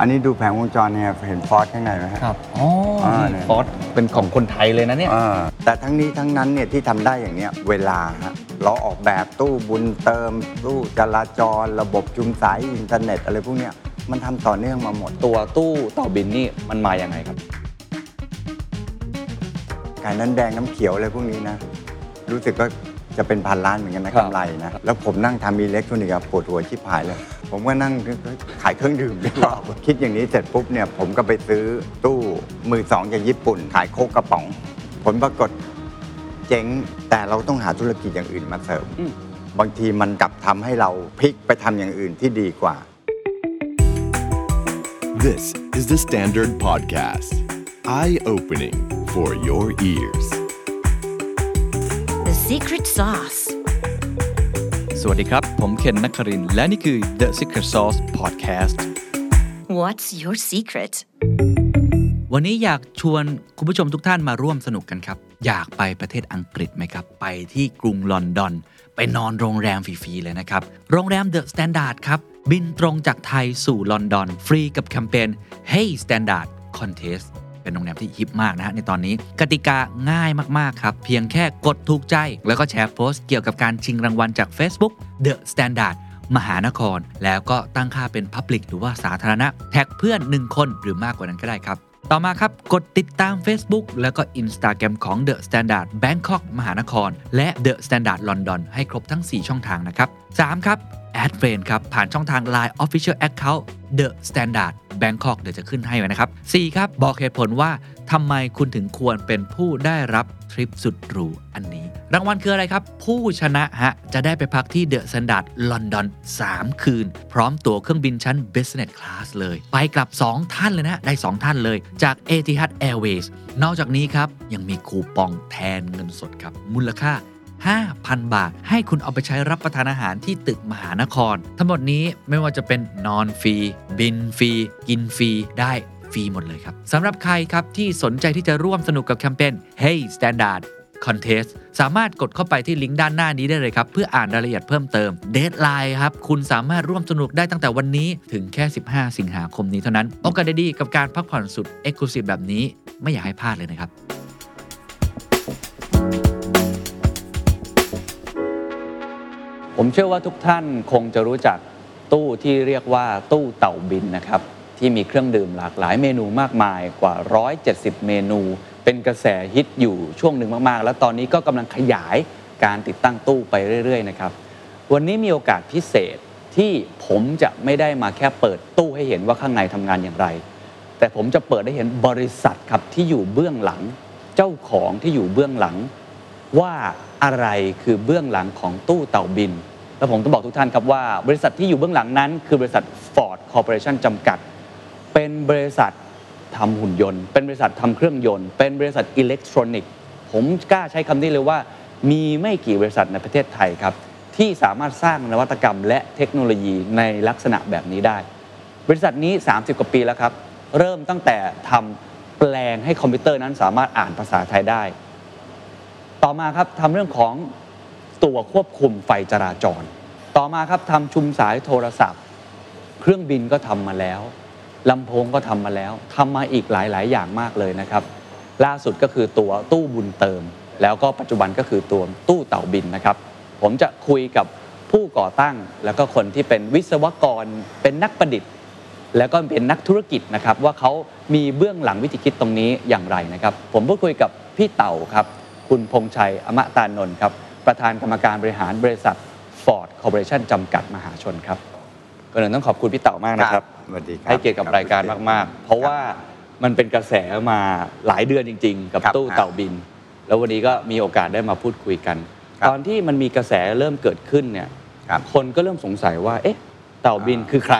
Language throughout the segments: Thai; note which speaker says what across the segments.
Speaker 1: อันนี้ดูแผงวงจรเนี่ยเห็นฟอสข้างในไหมฮะ
Speaker 2: ครับ อ๋อ
Speaker 1: อ่าเนี่
Speaker 2: นี่
Speaker 1: ย
Speaker 2: ฟอสเป็นของคนไทยเลยนะเนี่ย
Speaker 1: เออแต่ทั้งนี้ทั้งนั้นเนี่ยที่ทำได้อย่างเนี้ยเวลาฮะเราออกแบบตู้บุญเติม ตู้จราจร ระบบจุมสายอินเทอร์เน็ตอะไรพวกเนี้ยมันทำต่อเนื่องมาหมด
Speaker 2: ตัวตู้ต่อบินนี่มันมาอย่างไงครับ
Speaker 1: การนั้นแดงน้ำเขียวอะไรพวกนี้นะ รู้สึกก็จะเป็นพันล้านเหมือนกันนะครับ กำไรนะ แล้วผมนั่งทำอิเล็กทรอนิกส์อะปวดหัวชิบหายเลย ผมก็นั่งขายเครื่องดื่มดีกว่าคิดอย่างนี้เสร็จปุ๊บเนี่ย ผมก็ไปซื้อตู้มือสองจากญี่ปุ่น ขายโคกกระป๋อง ผลปรากฏเจ๊งแต่เราต้องหาธุรกิจอย่างอื่นมาเสริม
Speaker 2: อืม
Speaker 1: บางทีมันกลับทำให้เราพลิกไปทำอย่างอื่นที่ดีกว่า
Speaker 3: This is the Standard Podcast. Eye opening for your ears.
Speaker 4: The secret sauce.
Speaker 5: สวัสดีครับ ผมเคนนักครินทร์และนี่คือ The Secret Sauce Podcast
Speaker 4: What's your secret?
Speaker 5: วันนี้อยากชวนคุณผู้ชมทุกท่านมาร่วมสนุกกันครับ อยากไปประเทศอังกฤษไหมครับ ไปที่กรุงลอนดอน ไปนอนโรงแรมฟรี ๆ เลยนะครับ โรงแรม The Standard ครับ บินตรงจากไทยสู่ลอนดอน ฟรีกับแคมเปญ Hey Standard Contest เป็นโรงแรมที่ฮิปมากนะฮะในตอนนี้กติกาง่ายมาก ๆ ครับ เพียงแค่กดถูกใจ แล้วก็แชร์โพสต์เกี่ยวกับการชิงรางวัลจาก Facebook The Standard มหานคร แล้วก็ตั้งค่าเป็น Public หรือว่าสาธารณะ แท็กเพื่อน 1 คนหรือมากกว่านั้นก็ได้ครับ ต่อมาครับ กดติดตาม Facebook แล้วก็ Instagram ของ The Standard Bangkok มหานคร และ The Standard London ให้ครบทั้ง 4 ช่องทางนะครับ 3 ครับแอดเฟรนครับ ผ่านช่องทาง Line Official Account The Standard Bangkok เดี๋ยวจะขึ้นให้ไว้นะครับ 4 ครับบอกเหตุผลว่าทำไมคุณถึงควรเป็นผู้ได้รับ ทริปสุดหรูอันนี้ รางวัลคืออะไรครับ ผู้ชนะฮะ จะได้ไปพักที่เดอะสันดาดลอนดอน 3 คืน พร้อมตั๋วเครื่องบินชั้น Business Class เลย ไปกลับ 2 ท่านเลยนะ ได้ 2 ท่านเลย จาก Etihad Airways นอกจากนี้ครับ ยังมีคูปองแทนเงินสดครับ มูลค่า 5,000 บาท ให้คุณเอาไปใช้รับประทานอาหารที่ตึกมหานคร ทั้งหมดนี้ไม่ว่าจะเป็นนอนฟรี บินฟรี กินฟรี ได้ฟรีหมดเลยครับสำหรับใครครับที่สนใจที่จะร่วมสนุกกับแคมเปญ Hey Standard Contest สามารถกดเข้าไปที่ลิงก์ด้านหน้านี้ได้เลยครับ เพื่ออ่านรายละเอียดเพิ่มเติมเดทไลน์ครับ คุณสามารถร่วมสนุกได้ตั้งแต่วันนี้ถึงแค่ 15 สิงหาคมนี้เท่านั้นโอกาสดีๆกับการพักผ่อนสุด e x c l u s i v e แบบนี้ไม่อยากให้พลาดเลยนะครับ
Speaker 2: ผมเชื่อว่าทุกท่านคงจะรู้จักตู้ที่เรียกว่าตู้เต่าบินนะครับ ที่มีเครื่องดื่มหลากหลายเมนูมากมายกว่า 170 เมนู เป็นกระแสฮิตอยู่ช่วงหนึ่งมากๆ แล้วตอนนี้ก็กำลังขยายการติดตั้งตู้ไปเรื่อย ๆ นะครับ วันนี้มีโอกาสพิเศษที่ผมจะไม่ได้มาแค่เปิดตู้ให้เห็นว่าข้างในทำงานอย่างไร แต่ผมจะเปิดให้เห็นบริษัทครับที่อยู่เบื้องหลัง เจ้าของที่อยู่เบื้องหลัง ว่าอะไรคือเบื้องหลังของตู้เต่าบิน แล้วผมต้องบอกทุกท่านครับว่า บริษัทที่อยู่เบื้องหลังนั้น คือบริษัท Ford Corporation จำกัด เป็นบริษัททำหุ่นยนต์ เป็นบริษัททำเครื่องยนต์ เป็นบริษัทอิเล็กทรอนิกส์ ผมกล้าใช้คำนี้เลยว่า มีไม่กี่บริษัทในประเทศไทยครับ ที่สามารถสร้างนวัตกรรมและเทคโนโลยีในลักษณะแบบนี้ได้ บริษัทนี้ 30 กว่าปีแล้วครับ เริ่มตั้งแต่ทำแปลงให้คอมพิวเตอร์นั้นสามารถอ่านภาษาไทยได้ ต่อมาครับทำเรื่องของตัวควบคุมไฟจราจร ต่อมาครับทำชุมสายโทรศัพท์ เครื่องบินก็ทำมาแล้วลำโพงก็ทำมาแล้วทำมาอีกหลาย ๆ อย่างมากเลยนะครับ ล่าสุดก็คือตัวตู้บุญเติม แล้วก็ปัจจุบันก็คือตัวตู้เต่าบินนะครับ ผมจะคุยกับผู้ก่อตั้ง แล้วก็คนที่เป็นวิศวกรเป็นนักประดิษฐ์ แล้วก็เป็นนักธุรกิจนะครับ ว่าเขามีเบื้องหลังวิธีคิดตรงนี้อย่างไรนะครับ ผมพูดคุยกับพี่เต่าครับ คุณพงษ์ชัยอมตานนท์ครับ ประธานกรรมการบริหารบริษัท Ford Corporation จำกัดมหาชนครับก่อนอื่นต้องขอบคุณพี่เต่ามากนะครับ
Speaker 1: สวัสดีครับ
Speaker 2: ให้เกียรติกับรายการมาก ๆ เพราะว่ามันเป็นกระแสมาหลายเดือนจริง ๆ กับ
Speaker 1: ครับ
Speaker 2: ตู้เต่าบิน แล้ววันนี้ก็มีโอกาสได้มาพูดคุยกัน
Speaker 1: ครับ
Speaker 2: ตอนที่มันมีกระแสเริ่มเกิดขึ้นเนี่ย
Speaker 1: ครับ
Speaker 2: คนก็เริ่มสงสัยว่า เอ๊ะ เต่าบิน
Speaker 1: อ่า
Speaker 2: คือใคร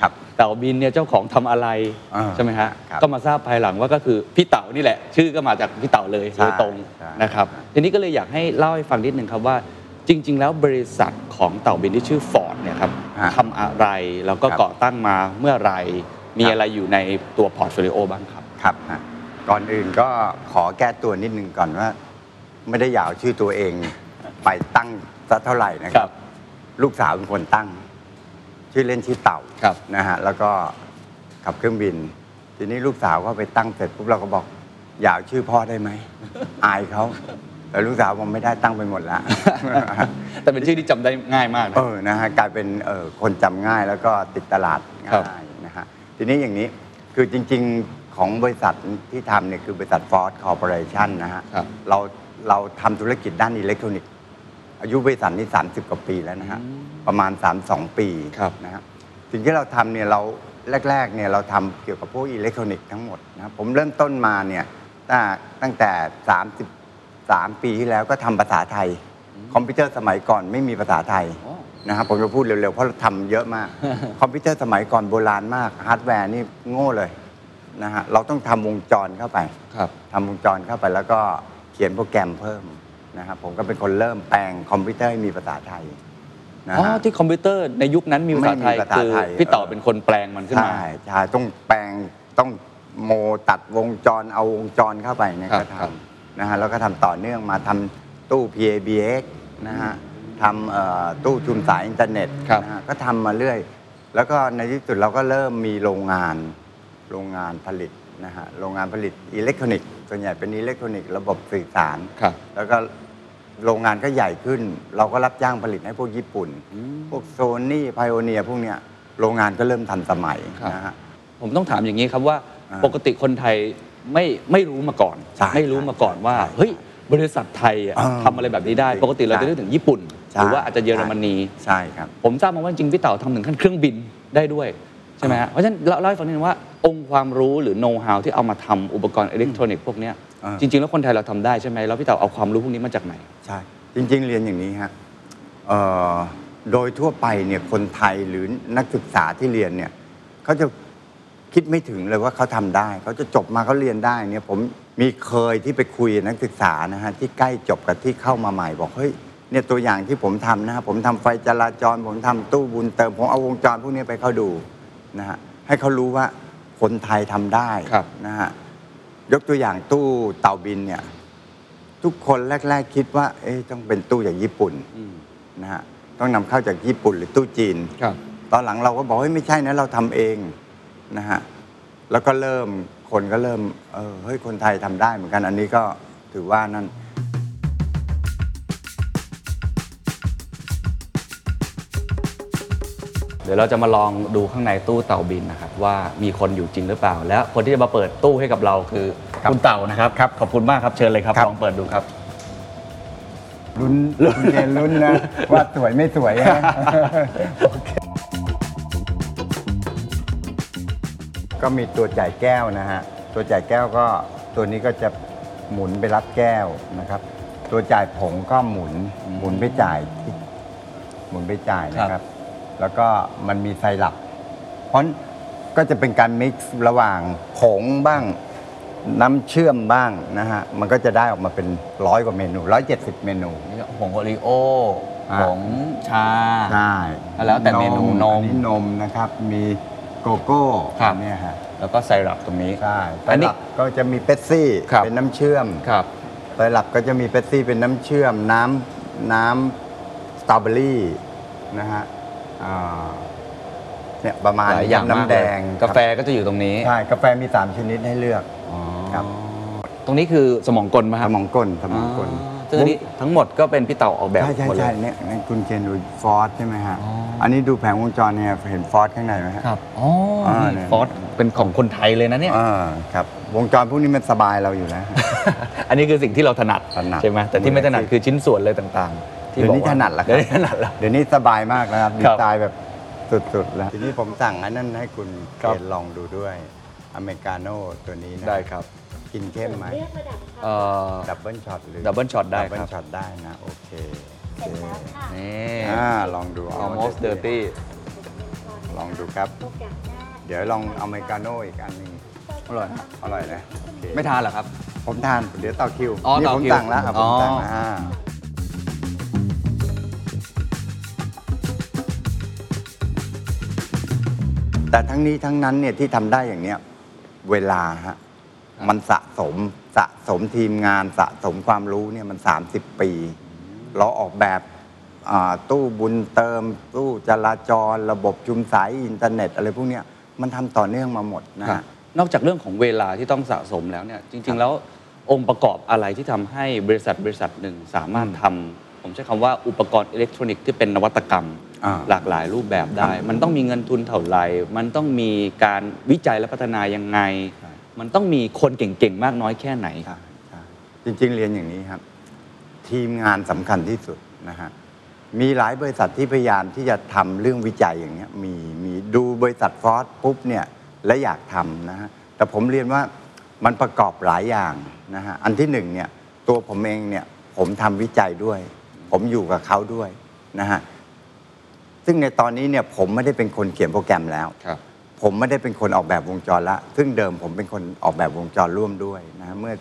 Speaker 1: ครับ
Speaker 2: เต่าบินเนี่ยเจ้าของทำอะไร
Speaker 1: อ่า
Speaker 2: ใช่ไหมฮะ
Speaker 1: ครับ
Speaker 2: ก็มาทราบภายหลังว่าก็คือพี่เต่านี่แหละ ชื่อก็มาจากพี่เต่าเลย
Speaker 1: ใช่
Speaker 2: โดยตรง
Speaker 1: ใช่
Speaker 2: นะครับ
Speaker 1: ใช่
Speaker 2: ทีนี้ก็เลยอยากให้เล่าให้ฟังนิดนึงครับว่า จริง ๆ แล้วบริษัทของเต่าบินที่ชื่อฟอร์ดเนี่ยครับ
Speaker 1: ฮะ
Speaker 2: ทำอะไรแล้วก็
Speaker 1: ครับ
Speaker 2: ก่อตั้งมาเมื่อไหรมี
Speaker 1: ครับ
Speaker 2: อะไรอยู่ในตัวพอร์ตโฟลิโอบ้างครับ
Speaker 1: ครับฮะก่อนอื่นก็ขอแก้ตัวนิดนึงก่อนว่า ไม่ได้อยากเอาชื่อตัวเอง ไปตั้งสักเท่าไหร่นะค
Speaker 2: ครั
Speaker 1: รับ
Speaker 2: บ
Speaker 1: ลูกสาวเป็นคนตั้ง ชื่อเล่นชื่อเต่า
Speaker 2: ครับ
Speaker 1: นะฮะแล้วก็ ขับเครื่องบิน ทีนี้ลูกสาวก็ไปตั้งเสร็จปุ๊บเราก็บอก อยากชื่อพ่อได้ไหม อายเขาแต่ลูกสาวผมไม่ได้ตั้งไปหมด แล้ว
Speaker 2: แต่เป็นชื่อที่จำได้ง่ายมากนะ
Speaker 1: เออ นะฮะ กลายเป็นเออคนจำง่ายแล้วก็ติดตลาด
Speaker 2: ครับ
Speaker 1: ง่ายนะฮะ ทีนี้อย่างนี้ คือจริง ๆ ของบริษัทที่ทำเนี่ยคือบริษัทฟอร์ดคอร์ปอเรชันนะฮะ
Speaker 2: ครับ
Speaker 1: เรา เราทำธุรกิจด้านอิเล็กทรอนิกส์ อายุบริษัทนี่ 30 กว่าปีแล้วนะฮะ
Speaker 2: อืม
Speaker 1: ประมาณ 32 ปี
Speaker 2: ครับ
Speaker 1: นะฮะ สิ่งที่เราทำเนี่ยเราแรก ๆ เนี่ยเราทำเกี่ยวกับพวกอิเล็กทรอนิกส์ทั้งหมดนะครับผมเริ่มต้นมาเนี่ยตั้งตั้งแต่ 33 ปีที่แล้วก็ทำภาษาไทย คอมพิวเตอร์สมัยก่อนไม่มีภาษาไทย
Speaker 2: อ๋อ
Speaker 1: นะครับผมจะพูดเร็ว ๆ เพราะเราทำเยอะ มาก คอมพิวเตอร์สมัยก่อนโบราณมากฮาร์ดแวร์นี่โง่เลยนะฮะเราต้องทำวงจรเข้าไป
Speaker 2: ครับ
Speaker 1: ทำวงจรเข้าไปแล้วก็เขียนโปรแกรมเพิ่มนะครับผมก็เป็นคนเริ่มแปลงคอมพิวเตอร์ให้มีภาษาไทยนะ
Speaker 2: อ๋อ
Speaker 1: ฮะ
Speaker 2: ที่คอมพิวเตอร์ในยุคนั้นมีภาษาไทย
Speaker 1: ไม่มีภาษา
Speaker 2: คือ
Speaker 1: ไทย
Speaker 2: พี่ต่อ
Speaker 1: เออ
Speaker 2: เป็นคนแปลงมันขึ้นมา
Speaker 1: ใช่ใช่ต้องแปลงต้องโมตัดวงจรเอาวงจรเข้าไปเนี่ย
Speaker 2: ครับ
Speaker 1: ก็
Speaker 2: ครั
Speaker 1: ท
Speaker 2: บ
Speaker 1: ำนะฮะแล้วก็ทำต่อเนื่องมาทำตู้ PABX นะฮะทำเอ่อตู้ชุมสายอินเทอร์เน็ตนะฮะก็ทำมาเรื่อย แล้วก็ในที่สุดเราก็เริ่มมีโรงงานโรงงานผลิตนะฮะโรงงานผลิตอิเล็กทรอนิกส์ส่วนใหญ่เป็นอิเล็กทรอนิกส์ระบบสื่อสาร
Speaker 2: ครับ
Speaker 1: แล้วก็โรงงานก็ใหญ่ขึ้น เราก็รับจ้างผลิตให้พวกญี่ปุ่น พวกโซนี่ไพโอเนียพวกเนี้ยโรงงานก็เริ่มทันสมัย
Speaker 2: ครับ
Speaker 1: นะฮะ
Speaker 2: ผมต้องถามอย่างนี้ครับว่า
Speaker 1: อ่า
Speaker 2: ปกติคนไทยไม่ไม่รู้มาก่อน
Speaker 1: ใช่
Speaker 2: ไม่รู้มาก่อนว่า
Speaker 1: ใช่
Speaker 2: เฮ้ยบริษัทไทยอะ
Speaker 1: อ่า
Speaker 2: ทำอะไรแบบนี้ได้
Speaker 1: จริง
Speaker 2: ปกติเราจะนึกถึงญี่ปุ่น
Speaker 1: ใช่
Speaker 2: หรือว่าอาจจะเยอรมนี
Speaker 1: ใช่ครับ
Speaker 2: ผมทราบมาว่าจริงๆพี่เต่าทำถึงขั้นเครื่องบินได้ด้วยใช่ไหมฮะเพราะฉะนั้นเล่าเล่าให้ฟังนิดนึงว่าองค์ความรู้หรือโน้ตฮาวที่เอามาทำอุปกรณ์อิเล็กทรอนิกส์พวกเนี้ย
Speaker 1: อ่า
Speaker 2: จริง ๆ แล้วคนไทยเราทำได้ใช่ไหมแล้วพี่เต่าเอาความรู้พวกนี้มาจากไหน
Speaker 1: ใช่ จริง ๆ เรียนอย่างนี้ฮะเอ่อโดยทั่วไปเนี่ยคนไทยหรือนักศึกษาที่เรียนเนี่ยเขาจะคิดไม่ถึงเลยว่าเขาทำได้เขาจะจบมาเขาเรียนได้เนี่ยผมมีเคยที่ไปคุยกับนักศึกษานะฮะที่ใกล้จบกับที่เข้ามาใหม่บอกเฮ้ยเนี่ยตัวอย่างที่ผมทำนะฮะผมทำไฟจราจร ผมทำตู้บุญเติมผมเอาวงจรพวกนี้ไปให้เขาดูนะฮะให้เขารู้ว่าคนไทยทำได้
Speaker 2: ครับ
Speaker 1: นะฮะ ยกตัวอย่างตู้เต่าบินเนี่ยทุกคนแรก ๆ คิดว่า เอ๊ะต้องเป็นตู้จากญี่ปุ่นนะฮะต้องนำเข้าจากญี่ปุ่นหรือตู้จีน
Speaker 2: ครับ
Speaker 1: ตอนหลังเราก็บอกเฮ้ยไม่ใช่นะเราทำเองนะฮะแล้วก็เริ่มคนก็เริ่มเออเฮ้ยคนไทยทำได้เหมือนกัน อันนี้ก็ถือว่านั่น
Speaker 2: เดี๋ยวเราจะมาลองดูข้างในตู้เต่าบินนะครับ ว่ามีคนอยู่จริงหรือเปล่า และคนที่จะมาเปิดตู้ให้กับเราคือ
Speaker 1: ครับ
Speaker 2: คุณเต่านะครับครับขอบคุณมากครับเชิญเลยครับ
Speaker 1: ครับ
Speaker 2: ลองเปิดดูครับ
Speaker 1: ลุ้นลุ้นเรียนลุ้น นะ ว่าสวยไม่สวยนะ โอเคก็มีตัวจ่ายแก้วนะฮะ ตัวจ่ายแก้วก็ตัวนี้ก็จะหมุนไปรับแก้วนะครับ ตัวจ่ายผงก็หมุนหมุนไปจ่ายที่หมุนไปจ่ายนะค
Speaker 2: ครั
Speaker 1: รับ
Speaker 2: บ
Speaker 1: แล้วก็มันมีไซรัป เพราะก็จะเป็นการมิกซ์ระหว่างผงบ้าง น้ำเชื่อมบ้างนะฮะ มันก็จะได้ออกมาเป็นร้อยกว่าเมนูร้อยเจ็ดสิบเมนู
Speaker 2: ผงโอริโอ
Speaker 1: อ่า
Speaker 2: ผงชา
Speaker 1: ใช่
Speaker 2: แล้วแต่เมนูนม
Speaker 1: อันี้นมนะครับ มีโกโก้
Speaker 2: ครับ
Speaker 1: เนี่ยฮะ
Speaker 2: แล้วก็ไซรัปตรงนี้
Speaker 1: ใช่
Speaker 2: อั
Speaker 1: อั
Speaker 2: น
Speaker 1: น
Speaker 2: นี้
Speaker 1: นี้ก็จะมีเป๊ปซี่
Speaker 2: ครับ
Speaker 1: เป็นน้ำเชื่อม
Speaker 2: ครับ
Speaker 1: ไตลับก็จะมีเป๊ปซี่เป็นน้ำเชื่อม น้ำน้ำสตรอเบอรี่นะฮะอ่าเนี่ยประมาณ
Speaker 2: หลาย
Speaker 1: นี้
Speaker 2: อย่างมาก
Speaker 1: น้ำ
Speaker 2: เล
Speaker 1: แด
Speaker 2: ย
Speaker 1: ง
Speaker 2: กาแฟก็จะอยู่ตรงนี้
Speaker 1: ใช่กาแฟมี 3 ชนิดให้เลือก ครับ
Speaker 2: ตรงนี้คือสมองกลไหมค
Speaker 1: ส
Speaker 2: รับ
Speaker 1: มองกลสมองกล
Speaker 2: อ๋อซึ่งอันนี้ทั้งหมดก็เป็นพี่เต่าออกแบบ
Speaker 1: ใช่ใช่
Speaker 2: หมดเล
Speaker 1: ใช่
Speaker 2: ย
Speaker 1: เนี่ยเนี่ยคุณเจนดูฟอร์ดใช่ไหมฮะ
Speaker 2: อ๋ออั
Speaker 1: อันนี้ดูแผงวงจรเนี่ยเห็นฟอร์ดข้างในไหมฮะ
Speaker 2: ครับอ๋อ
Speaker 1: อ่า
Speaker 2: นี่
Speaker 1: เนี่ย
Speaker 2: ฟอสเป็นของคนไทยเลยนะเนี่ย
Speaker 1: อ่าครับ วงจรพวกนี้มันสบายเราอยู่ แล้ว
Speaker 2: อันนี้คือสิ่งที่เราถนัด
Speaker 1: ถนัด
Speaker 2: ใช่ไหมแต่ที่ไม่ถนัดคือชิ้นส่วนเลยต่างๆที่
Speaker 1: เดี๋ยวนี้
Speaker 2: บกา
Speaker 1: ถนัดแล้วครับ
Speaker 2: เดี๋ยวนี้ถนัดแล้ว
Speaker 1: เดี๋ยวนี้สบายมากนะครับ
Speaker 2: ค
Speaker 1: ดี
Speaker 2: รับ
Speaker 1: ไซน์แบบสุดๆแล้วทีนี้ผมสั่งอันนั้นให้คุณ
Speaker 2: ครั
Speaker 1: เก
Speaker 2: บ
Speaker 1: ณลองดูด้วยอเมริกาโน่ตัวนี้นะ
Speaker 2: ได้ครับ
Speaker 1: กินเข้มไหม
Speaker 2: เอ่อ
Speaker 1: ดับเบิลช็อตหรือ
Speaker 2: Double shot ได้ครับ
Speaker 1: ดับเบิลช็อตได้นะ โอเคโอเค
Speaker 2: นี่
Speaker 1: อ่าลองดู
Speaker 2: almost dirty
Speaker 1: ลองดูครับ เดี๋ยวลองอเมริกาโน่อีกอันหนึงอร่อยครับอร่อยนะโอเค
Speaker 2: ไม่ทานเหรอครับ
Speaker 1: ผมทานเดี๋ยวต่อคิว
Speaker 2: อ๋อ
Speaker 1: นี่
Speaker 2: ต่อ
Speaker 1: ผม
Speaker 2: คิว
Speaker 1: สั่งแล้วอ่ะผมสั่ง
Speaker 2: อ๋ออ่
Speaker 1: นะอ่าแต่ทั้งนี้ทั้งนั้นเนี่ยที่ทำได้อย่างเนี้ยเวลาฮะมันสะสมสะสมทีมงานสะสมความรู้เนี่ยมัน 30 ปี เราออกแบบอ่าตู้บุญเติม ตู้จราจร ระบบชุมสายอินเทอร์เน็ตอะไรพวกเนี้ย มันทำต่อเนื่องมาหมดนะ
Speaker 2: ครั
Speaker 1: ฮะ
Speaker 2: บนอกจากเรื่องของเวลาที่ต้องสะสมแล้วเนี่ยจริง ๆ แล้วองค์ประกอบอะไรที่ทำให้บริษัทบริษัทหนึ่งสามารถทำผมใช้คำว่าอุปกรณ์อิเล็กทรอนิกส์ที่เป็นนวัตกรรม
Speaker 1: อ่า
Speaker 2: หลากหลายรูปแบบได้ มันต้องมีเงินทุนเท่าไหร่มันต้องมีการวิจัยและพัฒนายังไง มันต้องมีคนเก่งๆ มากน้อยแค่ไหน
Speaker 1: ใช่ใช่จริงๆ เรียนอย่างนี้ครับ ทีมงานสำคัญที่สุดนะฮะมีหลายบริษัทที่พยายามที่จะทำเรื่องวิจัยอย่างเนี้ยมีมีดูบริษัทฟอสปุ๊บเนี่ยและอยากทำนะฮะแต่ผมเรียนว่ามันประกอบหลายอย่างนะฮะอันที่หนึ่งเนี่ยตัวผมเองเนี่ยผมทำวิจัยด้วย ผมอยู่กับเขาด้วยนะฮะซึ่งในตอนนี้เนี่ยผมไม่ได้เป็นคนเขียนโปรแกรมแล้ว ผมไม่ได้เป็นคนออกแบบวงจรละ ซึ่งเดิมผมเป็นคนออกแบบวงจรร่วมด้วยนะฮะเมื่อ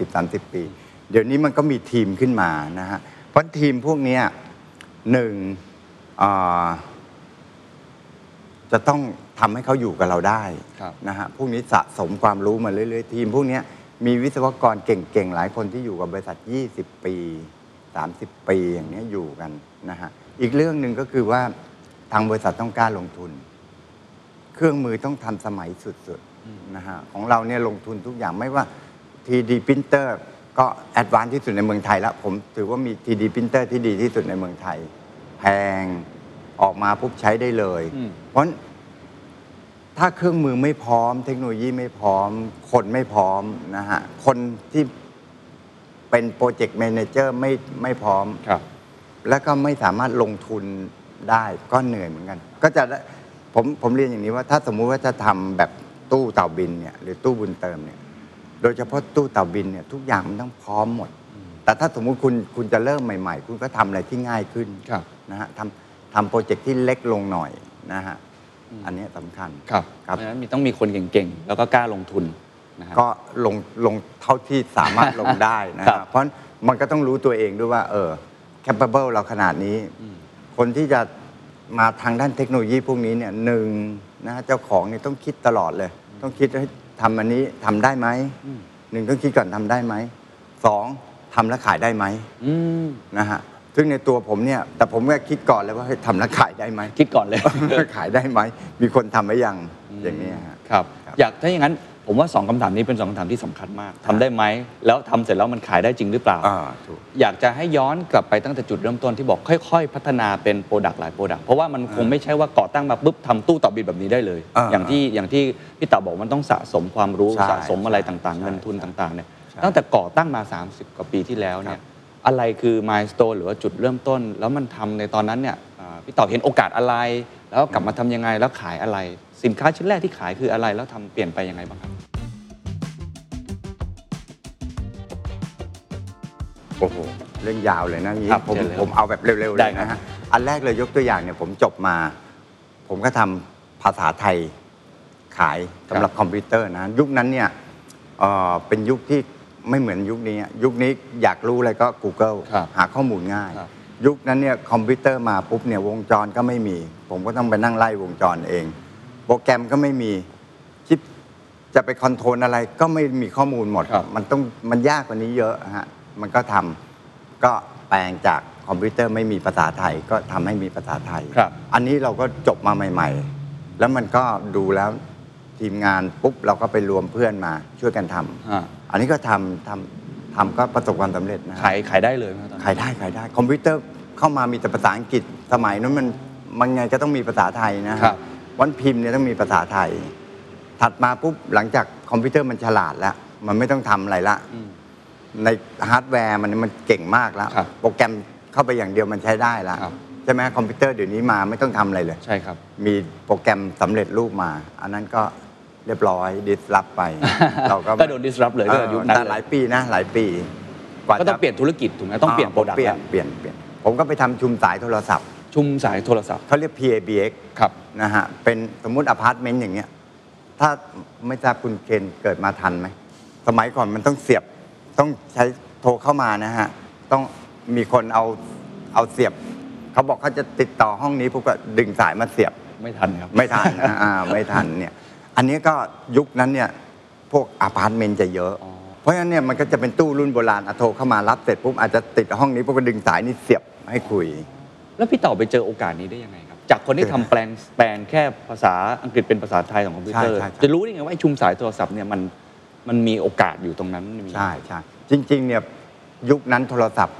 Speaker 1: 20-30 ปี เดี๋ยวนี้มันก็มีทีมขึ้นมานะฮะ เพราะทีมพวกเนี้ยหนึ่งอ่าจะต้องทำให้เขาอยู่กับเราได้
Speaker 2: ครับ
Speaker 1: นะฮะ พวกนี้สะสมความรู้มาเรื่อยๆ ทีมพวกเนี้ยมีวิศวกรเก่งๆ หลายคนที่อยู่กับบริษัท 20 ปี 30 ปีอย่างเนี้ยอยู่กันนะฮะ อีกเรื่องหนึ่งก็คือว่าทางบริษัทต้องกล้าลงทุน เครื่องมือต้องทันสมัยสุดๆนะฮะของเราเนี่ยลงทุนทุกอย่างไม่ว่า 3D Printer ก็แอดวานที่สุดในเมืองไทยแล้ว ผมถือว่ามี 3D Printer ที่ดีที่สุดในเมืองไทย แพงออกมาปุ๊บใช้ได้เลย
Speaker 2: อืม
Speaker 1: เพราะถ้าเครื่องมือไม่พร้อม เทคโนโลยีไม่พร้อม คนไม่พร้อมนะฮะคนที่เป็นโปรเจกต์แมเนเจอร์ไม่ไม่พร้อม
Speaker 2: ครับ
Speaker 1: แล้วก็ไม่สามารถลงทุนได้ก็เหนื่อยเหมือนกัน ก็จะได้ผมผมเรียนอย่างนี้ว่าถ้าสมมุติว่าจะทำแบบตู้เต่าบินเนี่ยหรือตู้บุญเติมเนี่ยโดยเฉพาะตู้เต่าบินเนี่ยทุกอย่างมันต้องพร้อมหมด แต่ถ้าสมมุติคุณคุณจะเริ่มใหม่ ๆ คุณก็ทำอะไรที่ง่ายขึ้น
Speaker 2: ครับ
Speaker 1: นะฮะทำทำโปรเจกต์ที่เล็กลงหน่อยนะฮะอันเนี้ยสำคัญ
Speaker 2: ครับ
Speaker 1: ครับ
Speaker 2: เพราะฉะนั้นมีต้องมีคนเก่งๆ แล้วก็กล้าลงทุนนะฮะ
Speaker 1: ก็ลงลงเท่าที่สามารถลงได้นะ
Speaker 2: ครั
Speaker 1: ฮะ
Speaker 2: บ
Speaker 1: เพราะมันก็ต้องรู้ตัวเองด้วยว่า เออ capable เราขนาดนี้ คนที่จะมาทางด้านเทคโนโลยีพวกนี้เนี่ยหนึ่งนะฮะเจ้าของเนี่ยต้องคิดตลอดเลย ต้องคิดให้ทำอันนี้ทำได้ไหมหนึ่งต้องคิดก่อนทำได้ไหมสองทำแล้วขายได้ไหม
Speaker 2: อืม
Speaker 1: นะฮะซึ่งในตัวผมเนี่ย แต่ผมก็คิดก่อนเลยว่าเฮ้ยทำแล้วขายได้ ไหม
Speaker 2: คิดก่อนเลย
Speaker 1: ขายได้ไหมมีคนทำไหมยังอย่างนี้ฮะ
Speaker 2: ครับ
Speaker 1: ครับ
Speaker 2: อยากถ้าอย่างนั้นผมว่า 2คำถามนี้เป็น 2คำถามที่สำคัญมากทำได้ไหม แล้วทำเสร็จแล้วมันขายได้จริงหรือเปล่า
Speaker 1: อ่าถูก
Speaker 2: อยากจะให้ย้อนกลับไปตั้งแต่จุดเริ่มต้นที่บอกค่อยๆ พัฒนาเป็นโปรดักต์หลายโปรดักต์เพราะว่ามันคงไม่ใช่ว่าก่อตั้งมาปุ๊บทำตู้ต่อบิดแบบนี้ได้เลย
Speaker 1: อ่า
Speaker 2: อย่างที่อย่างที่พี่เต่าบอกมันต้องสะสมความรู้
Speaker 1: ใช่
Speaker 2: สะสมอะไร
Speaker 1: ใช่
Speaker 2: ต่างๆ
Speaker 1: ใช่
Speaker 2: เงินทุนต่างๆเนี่ย
Speaker 1: ใช่
Speaker 2: ตั้งแต่ก่อตั้งมา 30 กว่าปีที่แล้วเนี่ยอะไรคือมายสเตนหรือว่าจุดเริ่มต้น แล้วมันทำในตอนนั้นเนี่ยอ่าพี่เต่าเห็นโอกาสอะไร แล้วกลับมาทำยังไงแล้วขายอะไร สินค้าชิ้นแรกที่ขายคืออะไรแล้วทำเปลี่ยนไปยังไงบ้างครับ
Speaker 1: โอ้โหเรื่องยาวเลยนะอย่างนี้
Speaker 2: ครับ
Speaker 1: ผม
Speaker 2: เชิญเลย
Speaker 1: ผมเอาแบบเร็วๆเล
Speaker 2: ได้
Speaker 1: ย
Speaker 2: ครับ
Speaker 1: นะฮะอันแรกเลยยกตัวอย่างเนี่ยผมจบมา ผมก็ทำภาษาไทยขายสำหรับคอมพิวเตอร์นะยุคนั้นเนี่ยเอ่อเป็นยุคที่ไม่เหมือนยุคนี้อะยุคนี้อยากรู้อะไรก็ Google
Speaker 2: ครับ
Speaker 1: หาข้อมูลง่าย
Speaker 2: ครับ
Speaker 1: ยุคนั้นเนี่ยคอมพิวเตอร์มาปุ๊บเนี่ยวงจรก็ไม่มี ผมก็ต้องไปนั่งไล่วงจรเอง โปรแกรมก็ไม่มีชิปจะไปคอนโทรลอะไรก็ไม่มีข้อมูลหมด
Speaker 2: ครับ
Speaker 1: มันต้องมันยากกว่านี้เยอะฮะ มันก็ทำก็แปลงจากคอมพิวเตอร์ไม่มีภาษาไทยก็ทำให้มีภาษาไทย
Speaker 2: ครับ
Speaker 1: อันนี้เราก็จบมาใหม่ ๆ แล้วมันก็ดูแล้วทีมงานปุ๊บเราก็ไปรวมเพื่อนมาช่วยกันทำ
Speaker 2: อ่า
Speaker 1: อันนี้ก็ทำทำทำก็ประสบความสำเร็จนะฮะ
Speaker 2: ขายขายได้เลยไหมครับตอนนั้น
Speaker 1: ขายได้ขายได้คอมพิวเตอร์เข้ามามีแต่ภาษาอังกฤษ สมัยนั้นมันมันไงก็ต้องมีภาษาไทยนะฮะ
Speaker 2: ครับ
Speaker 1: วันพิมพ์เนี่ยต้องมีภาษาไทย ถัดมาปุ๊บหลังจากคอมพิวเตอร์มันฉลาดแล้ว มันไม่ต้องทำอะไรละ
Speaker 2: อืม
Speaker 1: ในฮาร์ดแวร์มันมันเก่งมากแล้ว
Speaker 2: ครับ
Speaker 1: โปรแกรมเข้าไปอย่างเดียวมันใช้ได้แล้ว
Speaker 2: ครับ
Speaker 1: ใช่ไหมคอมพิวเตอร์เดี๋ยวนี้มาไม่ต้องทำอะไรเลย
Speaker 2: ใช่ครับ
Speaker 1: มีโปรแกรมสำเร็จรูปมา อันนั้นก็เรียบร้อยดิสลอฟไป เราก็
Speaker 2: ก็โดน disrupt เลยก็ยุคนั้น
Speaker 1: แต่หลายปีนะหลายปีว่า
Speaker 2: ก็ต้อง
Speaker 1: จะ
Speaker 2: เปลี่ยนธุรกิจถูกไหมต้องเปลี่ยนโปรดัก
Speaker 1: เปลี่ยน
Speaker 2: ต์
Speaker 1: เปลี่ยนเปลี่ยนผมก็ไปทำชุมสายโทรศัพท์
Speaker 2: ชุมสายโทรศัพท์
Speaker 1: เขาเรียก PABX
Speaker 2: ครับ
Speaker 1: นะฮะ เป็นสมมุติอพาร์ตเมนต์อย่างเงี้ย ถ้าไม่ทราบคุณเคนเกิดมาทันไหม สมัยก่อนมันต้องเสียบต้องใช้โทรเข้ามานะฮะ ต้องมีคนเอาเอาเสียบ เขาบอกเขาจะติดต่อห้องนี้พวกก็ดึงสายมาเสียบ
Speaker 2: ไม่ทันครับ
Speaker 1: ไม่ทันนะอ่าไม่ทันเนี่ย อันนี้ก็ยุคนั้นเนี่ย พวกอพาร์ตเมนต์จะเยอะ
Speaker 2: อ๋อ
Speaker 1: เพราะฉะนั้นเนี่ยมันก็จะเป็นตู้รุ่นโบราณอะโทรเข้ามารับเสร็จปุ๊บอาจจะติดห้องนี้ปุ๊บก็ดึงสายนี่เสียบให้คุย
Speaker 2: แล้วพี่เต่าไปเจอโอกาสนี้ได้ยังไงครับ จากคนที่ทำแปลงแปลงแค่ภาษาอังกฤษเป็นภาษาไทยของคอมพิวเตอร์
Speaker 1: ใช่ใช่ใช่
Speaker 2: จะรู้ได้ไงว่าไอ้ชุมสายโทรศัพท์เนี่ยมันมันมีโอกาสอยู่ตรงนั้นมันมี
Speaker 1: ใช่ใช่จริงๆเนี่ยยุคนั้นโทรศัพท์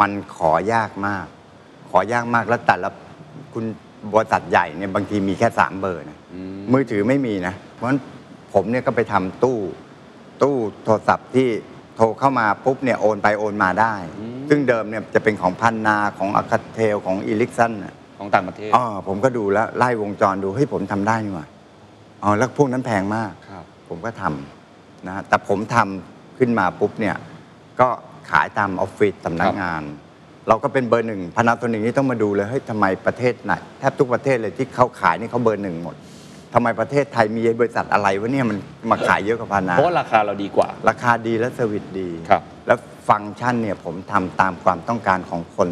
Speaker 1: มันขอยากมาก ขอยากมากแล้วแต่ละคุณบริษัทใหญ่เนี่ยบางทีมีแค่สามเบอร์นะ
Speaker 2: อืม
Speaker 1: มือถือไม่มีนะ เพราะฉะนั้นผมเนี่ยก็ไปทำตู้ ตู้โทรศัพท์ที่โทรเข้ามาปุ๊บเนี่ยโอนไปโอนมาได้ ซึ่งเดิมเนี่ยจะเป็นของพันนาของอาคาเทลของอีลิกซันน่ะ
Speaker 2: ของต่างประเทศ
Speaker 1: อ๋อผมก็ดูแล้ว ไล่วงจรดูเฮ้ยผมทำได้นี่หว่าอ๋อแล้วพวกนั้นแพงมาก
Speaker 2: ครับ
Speaker 1: ผมก็ทำนะฮะแต่ผมทำขึ้นมาปุ๊บเนี่ย ก็ขายตามออฟฟิศสำนักงาน เราก็เป็นเบอร์หนึ่งพนาตัวหนึ่งนี่ต้องมาดูเลยเฮ้ยทำไมประเทศไหนแทบทุกประเทศเลยที่เขาขายนี่เขาเบอร์หนึ่งหมดทำไมประเทศไทยมีบริษัทอะไรวะเนี่ยมันมาขายเยอะกว่าพานา
Speaker 2: เพราะว่าราคาเราดีกว่า
Speaker 1: ราคาดีและเซอร์วิสดี
Speaker 2: ครับ
Speaker 1: แล้วฟังก์ชันเนี่ยผมทำตามความต้องการของคน